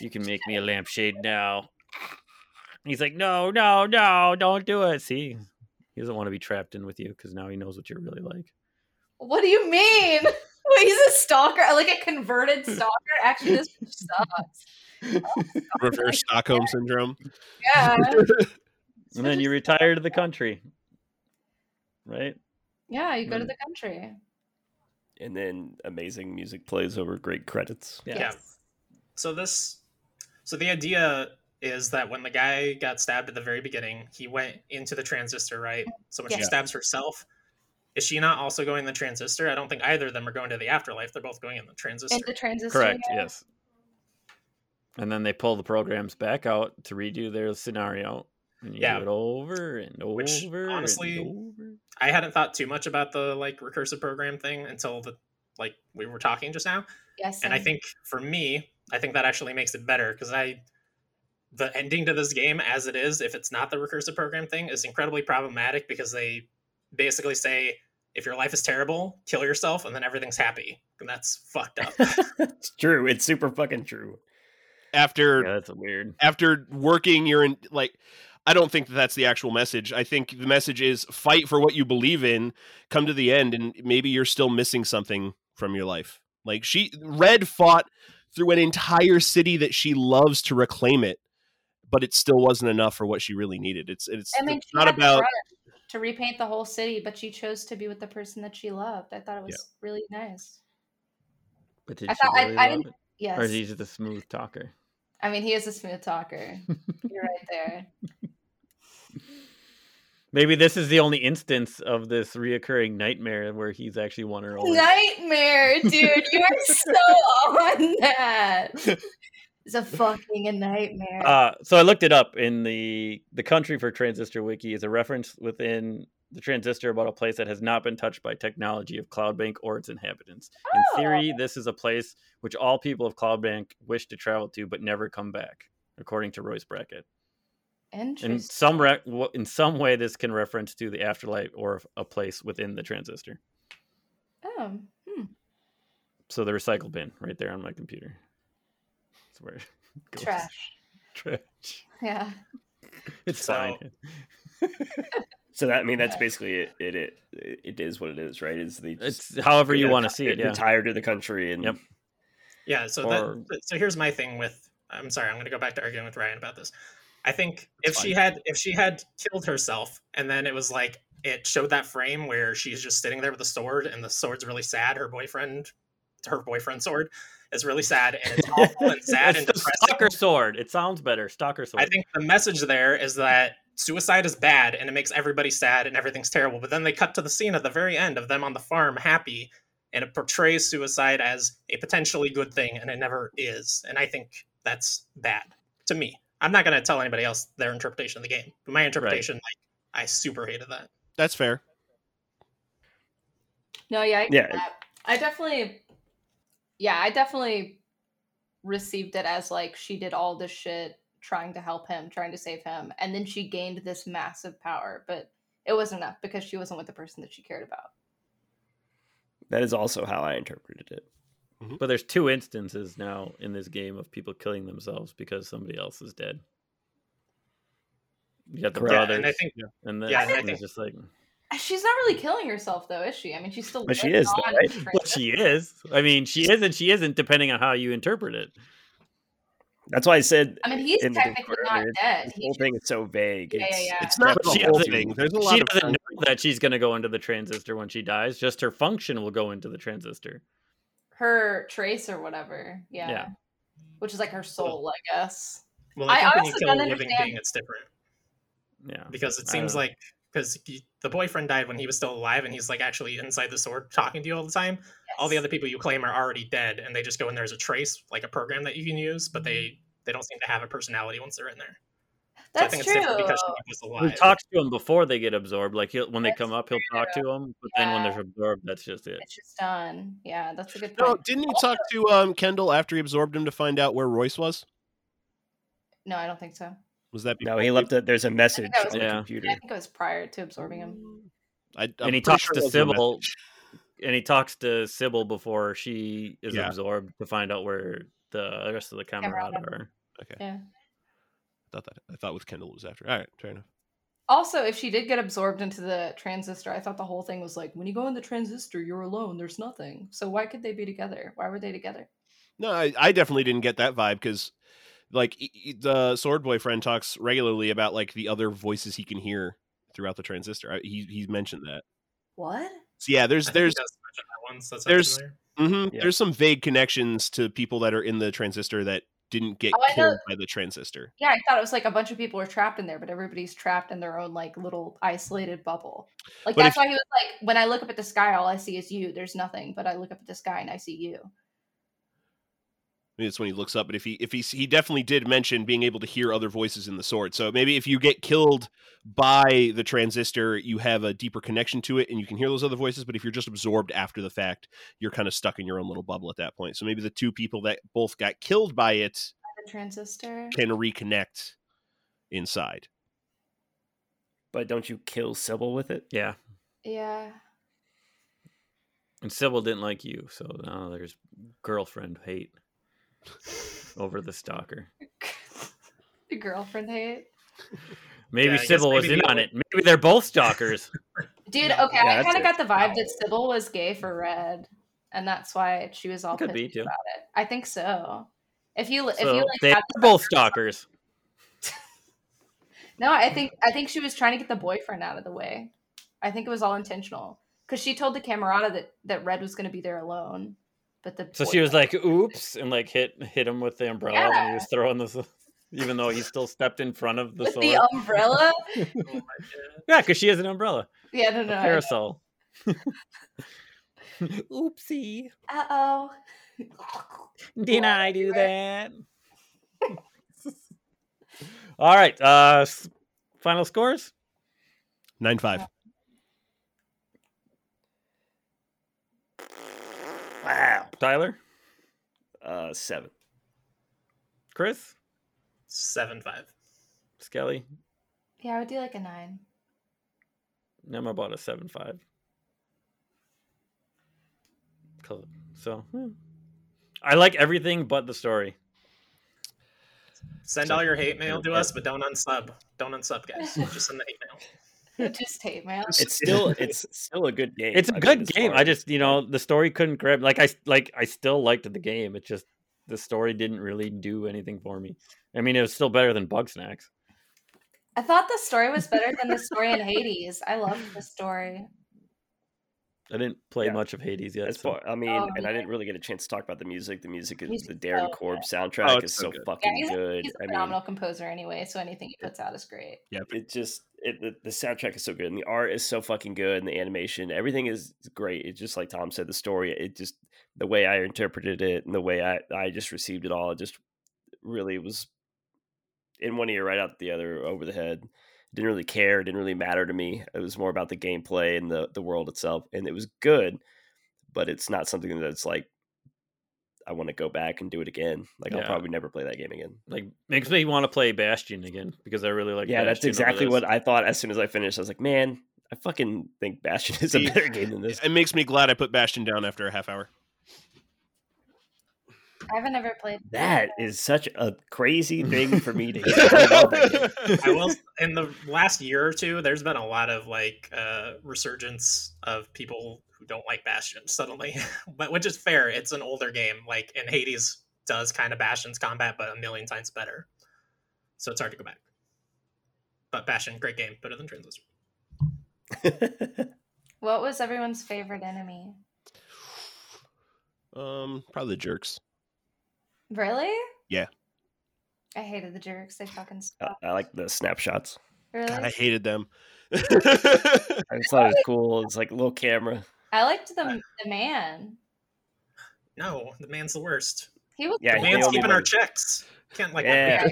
"You can make me a lampshade now." He's like, "No, no, no, don't do it." See, he doesn't want to be trapped in with you because now he knows what you're really like. What do you mean? (laughs) Wait, he's a stalker, like a converted stalker. Actually, this (laughs) sucks. Reverse Stockholm syndrome. Yeah. and then (laughs) you retire to the country, right? Yeah, you go to Mm. the country. and then amazing music plays over great credits. (laughs) Yeah. Yes. So this, so the idea is that when the guy got stabbed at the very beginning, he went into the transistor, right? So when she Yeah. stabs herself, is she not also going in the transistor? I don't think either of them are going to the afterlife. They're both going in the And transistor. the transistor. Correct. yeah. Yes. And then they pull the programs back out to redo their scenario. And you Yeah. do it over and over. Which, and honestly, over. I hadn't thought too much about the like recursive program thing until the like we were talking just now. Yes. and I think for me, I think that actually makes it better because I, the ending to this game as it is, if it's not the recursive program thing, is incredibly problematic because they basically say if your life is terrible, kill yourself, and then everything's happy, and that's fucked up. it's true. It's super fucking true. After Yeah, that's weird. after working you're in like i don't think that that's the actual message i think the message is fight for what you believe in come to the end and maybe you're still missing something from your life like she red fought through an entire city that she loves to reclaim it but it still wasn't enough for what she really needed it's it's, I mean, it's she not had the about right to repaint the whole city, but she chose to be with the person that she loved. I thought it was really nice. But did I she thought- I- really I love didn't- it? Yes. Or is he just a smooth talker? I mean, he is a smooth talker. You're right there. Maybe this is the only instance of this reoccurring nightmare where he's actually won her over. Nightmare, dude. You are so on that. It's a fucking a nightmare. Uh, so I looked it up in the the country for transistor wiki is a reference within the transistor about a place that has not been touched by technology of cloud bank or its inhabitants. Oh. In theory, this is a place which all people of cloud bank wish to travel to but never come back, according to Royce Brackett. In Interesting. some re- w- in some way, this can reference to the afterlife or a place within the transistor. Oh, hmm. So the recycle bin right there on my computer. That's where it (laughs) goes. Trash. Trash. Yeah. It's So- fine. So that I mean that's basically it. It it, it is what it is, right? Is the just- It's however you want to see it. Yeah. Retired to the country and Yep. Yeah, so Or- that that so here's my thing with I'm sorry, I'm going to go back to arguing with Ryan about this. I think if she had if she had killed herself and then it was like it showed that frame where she's just sitting there with a sword and the sword's really sad, her boyfriend her boyfriend's sword is really sad and it's (laughs) awful and sad It's and the depressing. Stalker sword. It sounds better. Stalker sword. I think the message there is that suicide is bad and it makes everybody sad and everything's terrible. But then they cut to the scene at the very end of them on the farm happy and it portrays suicide as a potentially good thing and it never is. And I think that's bad to me. I'm not going to tell anybody else their interpretation of the game. But my interpretation, like, I super hated that. that's fair No, yeah, I, Yeah. yeah. I definitely, yeah, I definitely received it as like she did all this shit trying to help him, trying to save him, and then she gained this massive power, but it wasn't enough because she wasn't with the person that she cared about. that is also how I interpreted it. But there's two instances now in this game of people killing themselves because somebody else is dead. You got the Correct. Yeah, brothers, and I think and then yeah, and I and it's think- just like, She's not really killing herself though, is she? I mean, she's still. But she living is, though, on right? in well, she is. I mean, she is and she isn't, depending on how you interpret it. That's why I said I mean, he's in the technically Discord not earlier, dead. this He whole thing is so vague. yeah, It's, yeah, yeah. it's not But the she whole doesn't- thing there's a lot She of doesn't know that she's going to go into the transistor when she dies. Just her function will go into the transistor. Her trace or whatever, yeah. Yeah. Which is like her soul, I guess. well, I I, think when you honestly kill a don't living understand- being, it's different. Yeah. because it I seems don't know. like because the boyfriend died when he was still alive and he's like actually inside the sword talking to you all the time all the Yes. other people you claim are already dead and they just go in there as a trace like a program that you can use but they they don't seem to have a personality once they're in there So Mm-hmm. That's I think it's true. different because she was alive. He talks to them before they get absorbed. Like he'll, when they That's come up, he'll talk to them. But then when they're absorbed, that's just it. It's just done. Yeah, that's a good No, point. didn't he talk to um, Kendall after he absorbed him to find out where Royce was? No, I don't think so. Was that No, he left a there's a message that was- on the Yeah. computer. I think it was prior to absorbing him. I, I'm and he pretty talks sure to that was the Sybil. message. And he talks to Sybil before she is Yeah. absorbed to find out where the rest of the camarada Camarada. are. I thought that I thought with Kendall it was after. All right, fair enough. Also, if she did get absorbed into the transistor, I thought the whole thing was like, when you go in the transistor, you're alone. There's nothing. So why could they be together? Why were they together? No, I, I definitely didn't get that vibe because, like, e- e- the sword boyfriend talks regularly about like the other voices he can hear throughout the transistor. I, he he's mentioned that. What? So yeah, (laughs) there's I think he there's does mention that once, that's there's- familiar. mhm, Yeah. there's some vague connections to people that are in the transistor that didn't get Oh, I know- killed by the transistor. Yeah, I thought it was like a bunch of people were trapped in there, but everybody's trapped in their own like little isolated bubble. Like But that's if- why he was like, when I look up at the sky, all I see is you. There's nothing, but I look up at the sky and I see you. I mean, it's when he looks up, but if he if he he definitely did mention being able to hear other voices in the sword. So maybe if you get killed by the transistor, you have a deeper connection to it and you can hear those other voices. But if you're just absorbed after the fact, you're kind of stuck in your own little bubble at that point. So maybe the two people that both got killed by it The transistor. can reconnect inside. But don't you kill Sybil with it? Yeah. Yeah. (laughs) And Sybil didn't like you, so now there's girlfriend (laughs) hate over the stalker. the girlfriend hate. Maybe Yeah, I guess Sybil was maybe in the on only- it. Maybe they're both stalkers. Dude, No, okay, yeah, I that's kind it. of got the vibe that No. Sybil was gay for Red, and that's why she was all Could pissed be, too. about it. I think so. If you (laughs) if you so like, they're had- both stalkers. no, I think I think she was trying to get the boyfriend out of the way. I think it was all intentional because she told the camarada that that Red was going to be there alone, but the So she was boyfriend- like, "Oops," and like hit hit him with the umbrella when he was throwing this, even though he still stepped in front of the with sword. the umbrella. Oh my God. yeah, because she has an umbrella, yeah, no, a no, uh (laughs) parasol. (laughs) Oopsie! oh. (laughs) Did Well, I do you're- that? (laughs) All right. Uh, s- final scores. Nine five. Wow. Tyler, Uh (laughs) seven. Chris, Seven five. Skelly. Yeah, I would do like a nine. (laughs) I'm about a seven five. So, hmm. I like everything but the story. Send all your hate mail to us, but don't unsub. Don't unsub, guys. Just send the hate mail. Just hate mail. It's (laughs) still it's still a good game. It's a a good game. I just, you know, the story couldn't grab. Like I, s- like I still liked the game. It just the story didn't really do anything for me. I mean, it was still better than Bug Snacks. I thought the story was better than the story in Hades. I loved the story. I didn't play Yeah. much of Hades yet. That's so- far, I mean, Oh, and I didn't really get a chance to talk about the music. The music is Music's the Darren so Korb soundtrack Oh, it's is so so good. Yeah, fucking he's, good. he's a I mean, phenomenal composer anyway, so anything he puts out is great. it just it, the, the soundtrack is so good and the art is so fucking good and the animation everything is great it's just like tom said the story it just the way i interpreted it and the way i i just received it all it just really was in one ear right out the other over the head didn't really care didn't really matter to me it was more about the gameplay and the the world itself and it was good but it's not something that's like i want to go back and do it again like i'll Yeah. probably never play that game again like makes me want to play Bastion again because I really like. yeah, that's Bastion over exactly this. what I thought as soon as I finished. I was like, man, I fucking think Bastion is a See, better game than this. It makes me glad I put Bastion down after a half hour. I haven't ever played That is such a crazy thing for me to hear. I love that game. (laughs) I will in the last year or two, there's been a lot of like uh resurgence of people who don't like Bastion suddenly. (laughs) but which is fair, it's an older game, like and Hades does kind of Bastion's combat, but a million times better. So it's hard to go back. But Bastion, great game, better than Transistor. What was everyone's favorite enemy? Um, probably the jerks. Really? Yeah. Uh, I hated the jerks. They (laughs) fucking I- suck. I like the snapshots. Really? God, I hated them. (laughs) I just thought it was cool. It's like a little camera. I liked the, the man. No, the man's the worst. He was Yeah, The he man's only keeping our won. checks. Can't like Yeah.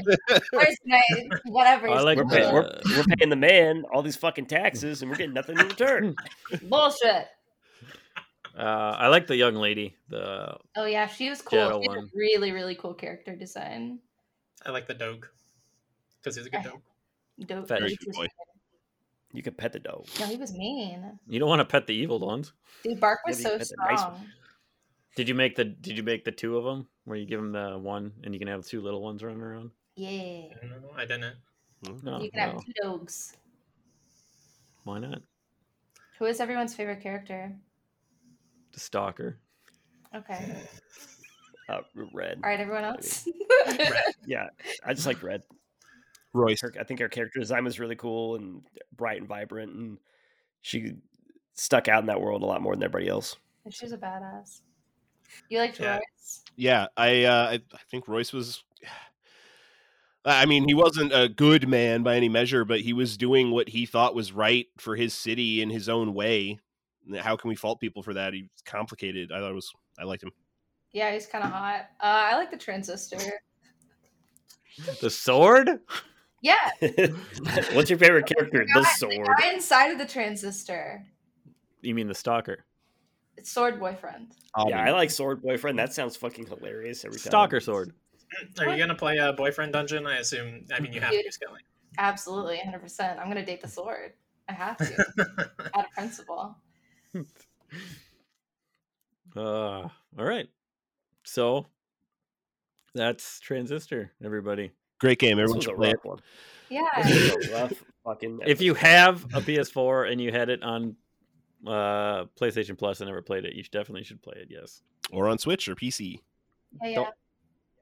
Where's my- whatever. I like We're, pay- we're, we're paying the man all these fucking taxes and we're getting nothing in return. Bullshit. uh, I like the young lady. The Oh yeah, she was cool. Jetta she had a won. really, really cool character design. I like the dog because he's a good Okay. dog. Dope. Fetish He was- boy. You could pet the dog. No, he was mean. you don't want to pet the evil ones. Dude, Bark was Yeah, but he so had that nice- strong. Did you make the Did you make the two of them where you give them the one and you can have two little ones running around? Yeah. No, I didn't. (clears throat) Oh, No, You can have no. two dogs. why not? Who is everyone's favorite character? The stalker. Okay. Uh, red. All right, everyone else. (laughs) Yeah, I just like red. Royce. Her, I think her character design was really cool and bright and vibrant, and she stuck out in that world a lot more than everybody else. she was a badass. You liked Yeah. Royce? Yeah, I, uh, I I think Royce was. (sighs) I mean, he wasn't a good man by any measure, but he was doing what he thought was right for his city in his own way. How can we fault people for that? He was complicated. I thought it was. I liked him. Yeah, he's kind of hot. Uh, I like the transistor. The sword. Yeah, (laughs) What's your favorite character? The God, sword. guy inside of the transistor. You mean the stalker? It's sword boyfriend. Yeah, I like sword boyfriend. That sounds fucking hilarious every time. Stalker sword. Are you gonna play a boyfriend dungeon? I assume. I mean, you have to, Dude. Skelly. Absolutely, 100%. I'm going to date the sword. I (laughs) have to, out of principle. Uh, all right. So that's Transistor, everybody. Great game. This Everyone was a should play rough it. (laughs) one. Yeah. This was a rough fucking. If episode. you have a PS4 and you had it on uh PlayStation Plus and never played it, you should- definitely should play it. Yes. Or on Switch or PC. Yeah, yeah.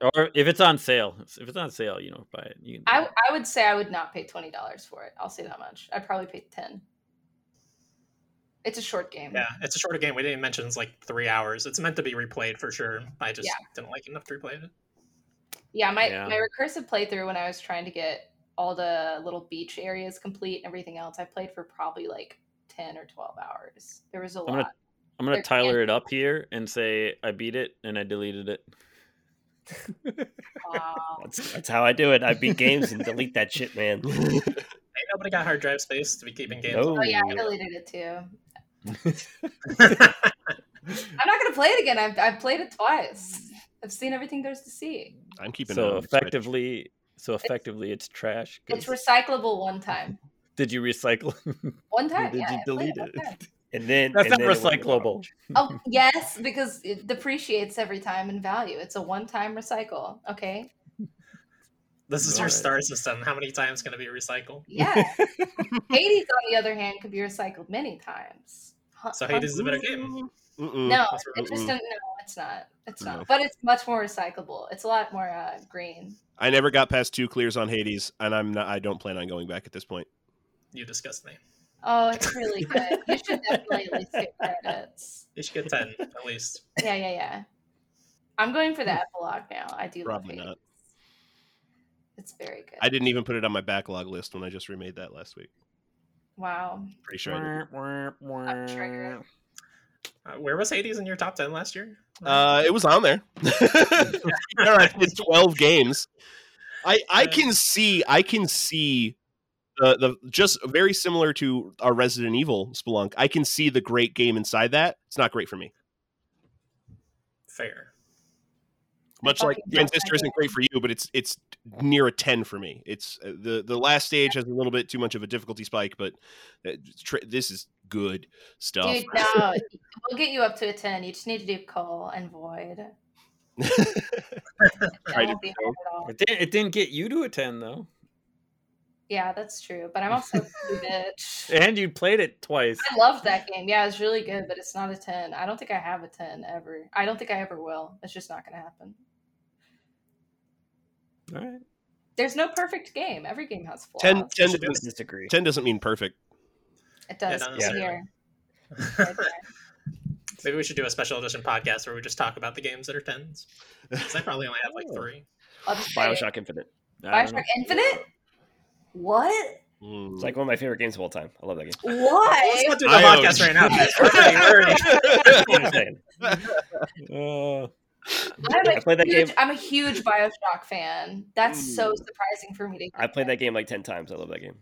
Don't- Or if it's on sale, if it's on sale, you know, buy it. You can I, I would say I would not pay $20 for it. I'll say that much. I'd probably pay 10 It's a short game. Yeah, it's a shorter game. We didn't mention it's like three hours. It's meant to be replayed for sure. I just Yeah. didn't like it enough to replay it. Yeah, my, Yeah. my recursive playthrough when I was trying to get all the little beach areas complete and everything else, I played for probably like 10 or 12 hours. There was a lot. gonna- I'm gonna They're Tyler it up here and say I beat it and I deleted it. (laughs) Wow. That's, that's how I do it. I beat games and delete that shit, (laughs) man. Ain't nobody got hard drive space to be keeping games. No. Oh yeah, I Ooh. deleted it too. up. I'm not gonna play it again. I've, I've played it twice. I've seen everything there's to see. I'm keeping it so on Switch. effectively, so effectively, it's trash. 'cause It's recyclable one time. did you recycle? (laughs) One Or time. did yeah, you I played delete one it? time. And then That's and not then it went to the recyclable. Oh yes, because it depreciates every time in value. It's a one-time recycle. Okay. this is your Alright. star system. How many times can it be recycled? Yeah. Hades, on the other hand, could be recycled many times. Hu- So Hades is a better game. Mm-mm. No, That's what it just Mm-mm. don't, no, it's not. It's not. No. But it's much more recyclable. It's a lot more uh, green. I never got past two clears on Hades, and I'm not. I don't plan on going back at this point. You disgust me. Oh, it's (laughs) really good. you should definitely at least get credits. You should get ten at least. Yeah, yeah, yeah. I'm going for the epilogue now. I do Hmm. Probably love it. not. It's very good. I didn't even put it on my backlog list when I just remade that last week. wow. Pretty sure I did. triggered. Uh, where was Hades in your top ten last year? Uh, it was on there. there I played twelve games. I I can see I can see the the just very similar to our Resident Evil Spelunk. I can see the great game inside that. It's not great for me. Fair. Much like fucking don't Transistor like isn't great for you, but it's it's near a ten for me. It's uh, the the last stage has a little bit too much of a difficulty spike, but uh, tr- this is good stuff. (laughs) Dude, no. we'll get you up to a 10. You just need to do Cole (laughs) and Void. That Try to won't be hard at all. It didn't. It didn't get you to attend though, Yeah, that's true. But I'm also a (laughs) pretty bitch. and you played it twice. I love that game. Yeah, it's really good, but it's not a 10. I don't think I have a 10 ever. I don't think I ever will. It's just not going to happen. All right. There's no perfect game. Every game has flaws. 10, 10 I doesn't, disagree. 10 doesn't mean perfect. It does. Yeah, not Yeah, necessarily. (laughs) Right there. (laughs) Maybe we should do a special edition podcast where we just talk about the games that are tens. 'Cause I probably only have (laughs) like Oh. three. I'll just say it. Bioshock Infinite. I don't know. Bioshock Infinite? What? Mm. It's like one of my favorite games of all time. I love (laughs) that game. Let's Why? not do the I podcast (laughs) own- right now. guys. We're already- we're already- (laughs) Wait a second. Uh, I'm a I played that huge, game- I'm a huge Bioshock fan. That's so Mm. surprising for me to. I played that game like ten times. I love that game.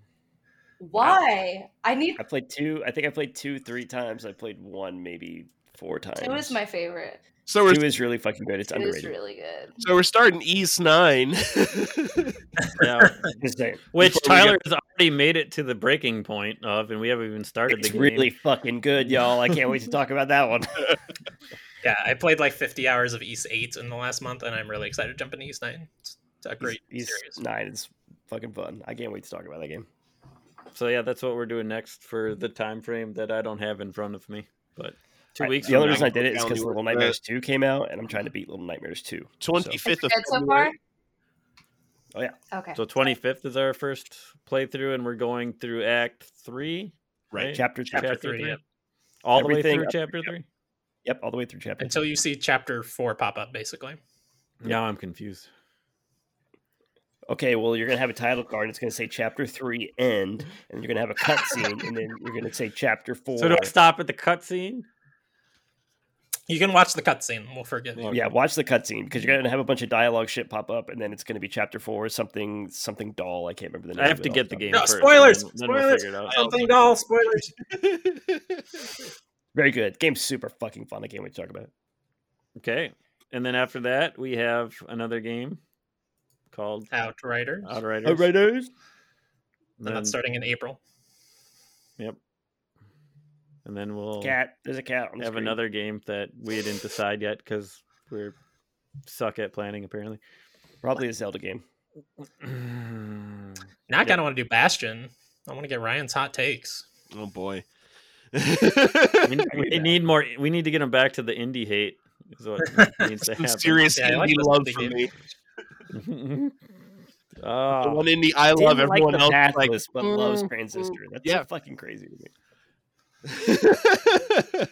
Why? I need I played two. I think I played two, three times. I played one, maybe four times. two is my favorite. So we're two is really fucking good. It's Two is underrated. really good. so we're starting (laughs) East Nine. Yeah. Insane. Which Before we Tyler has already made it to the breaking point of, and we haven't even started It's the game. really fucking good, y'all. I can't wait to talk about that (laughs) one. Yeah, I played like 50 hours of East 8 in the last month, and I'm really excited to jump into East 9. It's a great He's series. nine. It's fucking fun. I can't wait to talk about that game. So yeah, that's what we're doing next for the time frame that I don't have in front of me. But two I- weeks. The only from reason now, I did it is because Calendar Little works. Nightmares Two came out, and I'm trying to beat Little Nightmares Two. Twenty fifth Is of it good so far? February. Oh, yeah. Okay. so 25th is our first playthrough, and we're going through Act Three, Right. right? Chapter Chapter chapter. three, yep. All Everything the way up- through Chapter Three. Yep, all the way through chapter. Until you see chapter 4 pop up, basically. Now I'm confused. Okay, well, you're gonna have a title card. It's gonna say Chapter Three End, and you're gonna have a cutscene, and then you're gonna say Chapter Four. (laughs) So do I stop at the cutscene? You can watch the cutscene. We'll forgive you. Yeah, watch the cutscene because you're gonna have a bunch of dialogue shit pop up, and then it's gonna be Chapter Four, something something doll. I can't remember the name. I have of it to off get the top. game. No, first, and spoilers! then- then we'll Spoilers! figure it out. Something doll, spoilers. (laughs) Very good. Game's super fucking fun. I can't wait to talk about it. Okay, and then after that we have another game called Outriders. Outriders. Outriders. And that's starting in April. Yep. And then we'll Cat. There's a cat. On the have screen. another game that we didn't decide yet because we're suck at (clears throat) planning apparently. Probably a Zelda game. Now I Yep. kind of want to do Bastion. I want to get Ryan's hot takes. (laughs) Oh boy. we, we Yeah. need more. We need to get them back to the indie hate. Is (laughs) what needs to Some happen. serious Yeah, I like indie those love indie for games. me. (laughs) The oh, one indie I love, Didn't like everyone the else is like. pathless, but loves mm, Transistor. That's yeah. so fucking crazy to me. It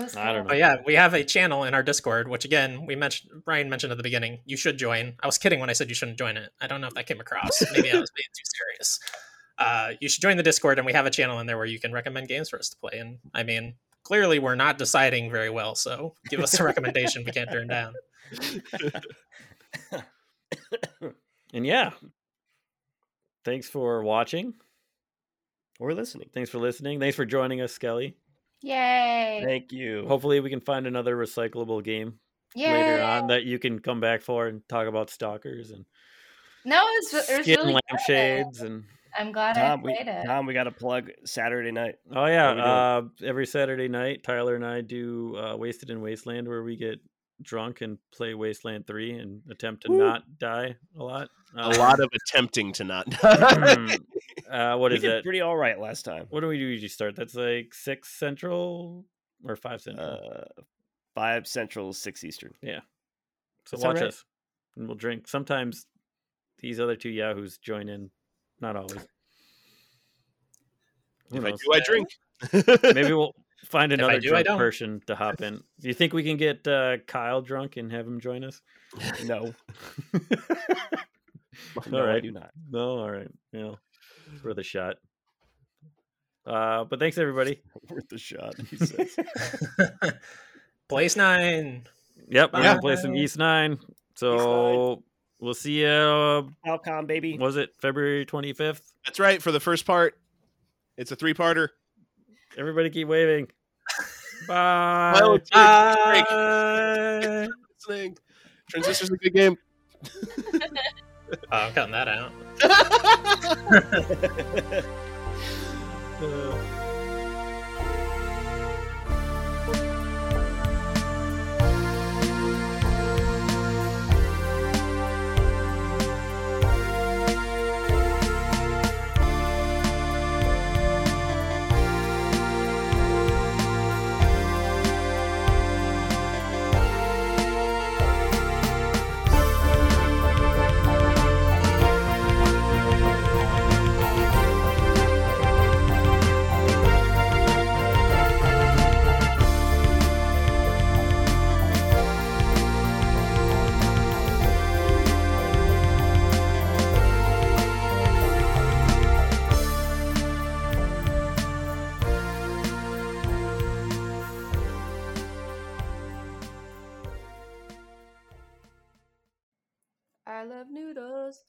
was I don't cool. know. But yeah, we have a channel in our Discord, which again we mentioned. Ryan mentioned at the beginning. You should join. I was kidding when I said you shouldn't join it. I don't know if that came across. Maybe I was being too serious. Uh, you should join the Discord, and we have a channel in there where you can recommend games for us to play. And I mean, clearly we're not deciding very well, so give us a recommendation we can't turn down. (laughs) and yeah. Thanks for watching. Or listening. Thanks for listening. Thanks for joining us, Skelly. Yay! Thank you. Hopefully, we can find another recyclable game Yay! later on that you can come back for and talk about stalkers and No, it's it was skin really good. lampshades and I'm glad Tom, I we, played it. Tom, we got to plug Saturday night. Oh yeah, How uh, every Saturday night, Tyler and I do uh, Wasted in Wasteland, where we get drunk and play Wasteland Three and attempt to Woo. not die a lot. (laughs) a (clears throat) lot of attempting to not (laughs) Mm-hmm. die. uh, what we is did that? Pretty all right last time. What do we do? usually start? That's like six central or five central. Uh, five Central, six Eastern. so is that watch right? us, and we'll drink. Sometimes these other two yahoos join in, not always. Who if I knows? do, I drink. Maybe we'll find If I another do, I drunk don't. person to hop in. Do you think we can get uh, Kyle drunk and have him join us? (laughs) No, (laughs) no, all I right. do not. No, all right. Yeah. It's worth a shot. Uh, but thanks everybody. Worth the shot. He (laughs) says. Place nine. Yep, we're gonna play some Bye. East Nine. So we'll see you. Falcom, baby. Was it February twenty fifth? (laughs) That's right. For the first part, it's a three-parter. Everybody keep waving. Uh, Bye. Well, Bye. listening. Transistor's a good game. Oh, I'm cutting that out. Uh, I love noodles.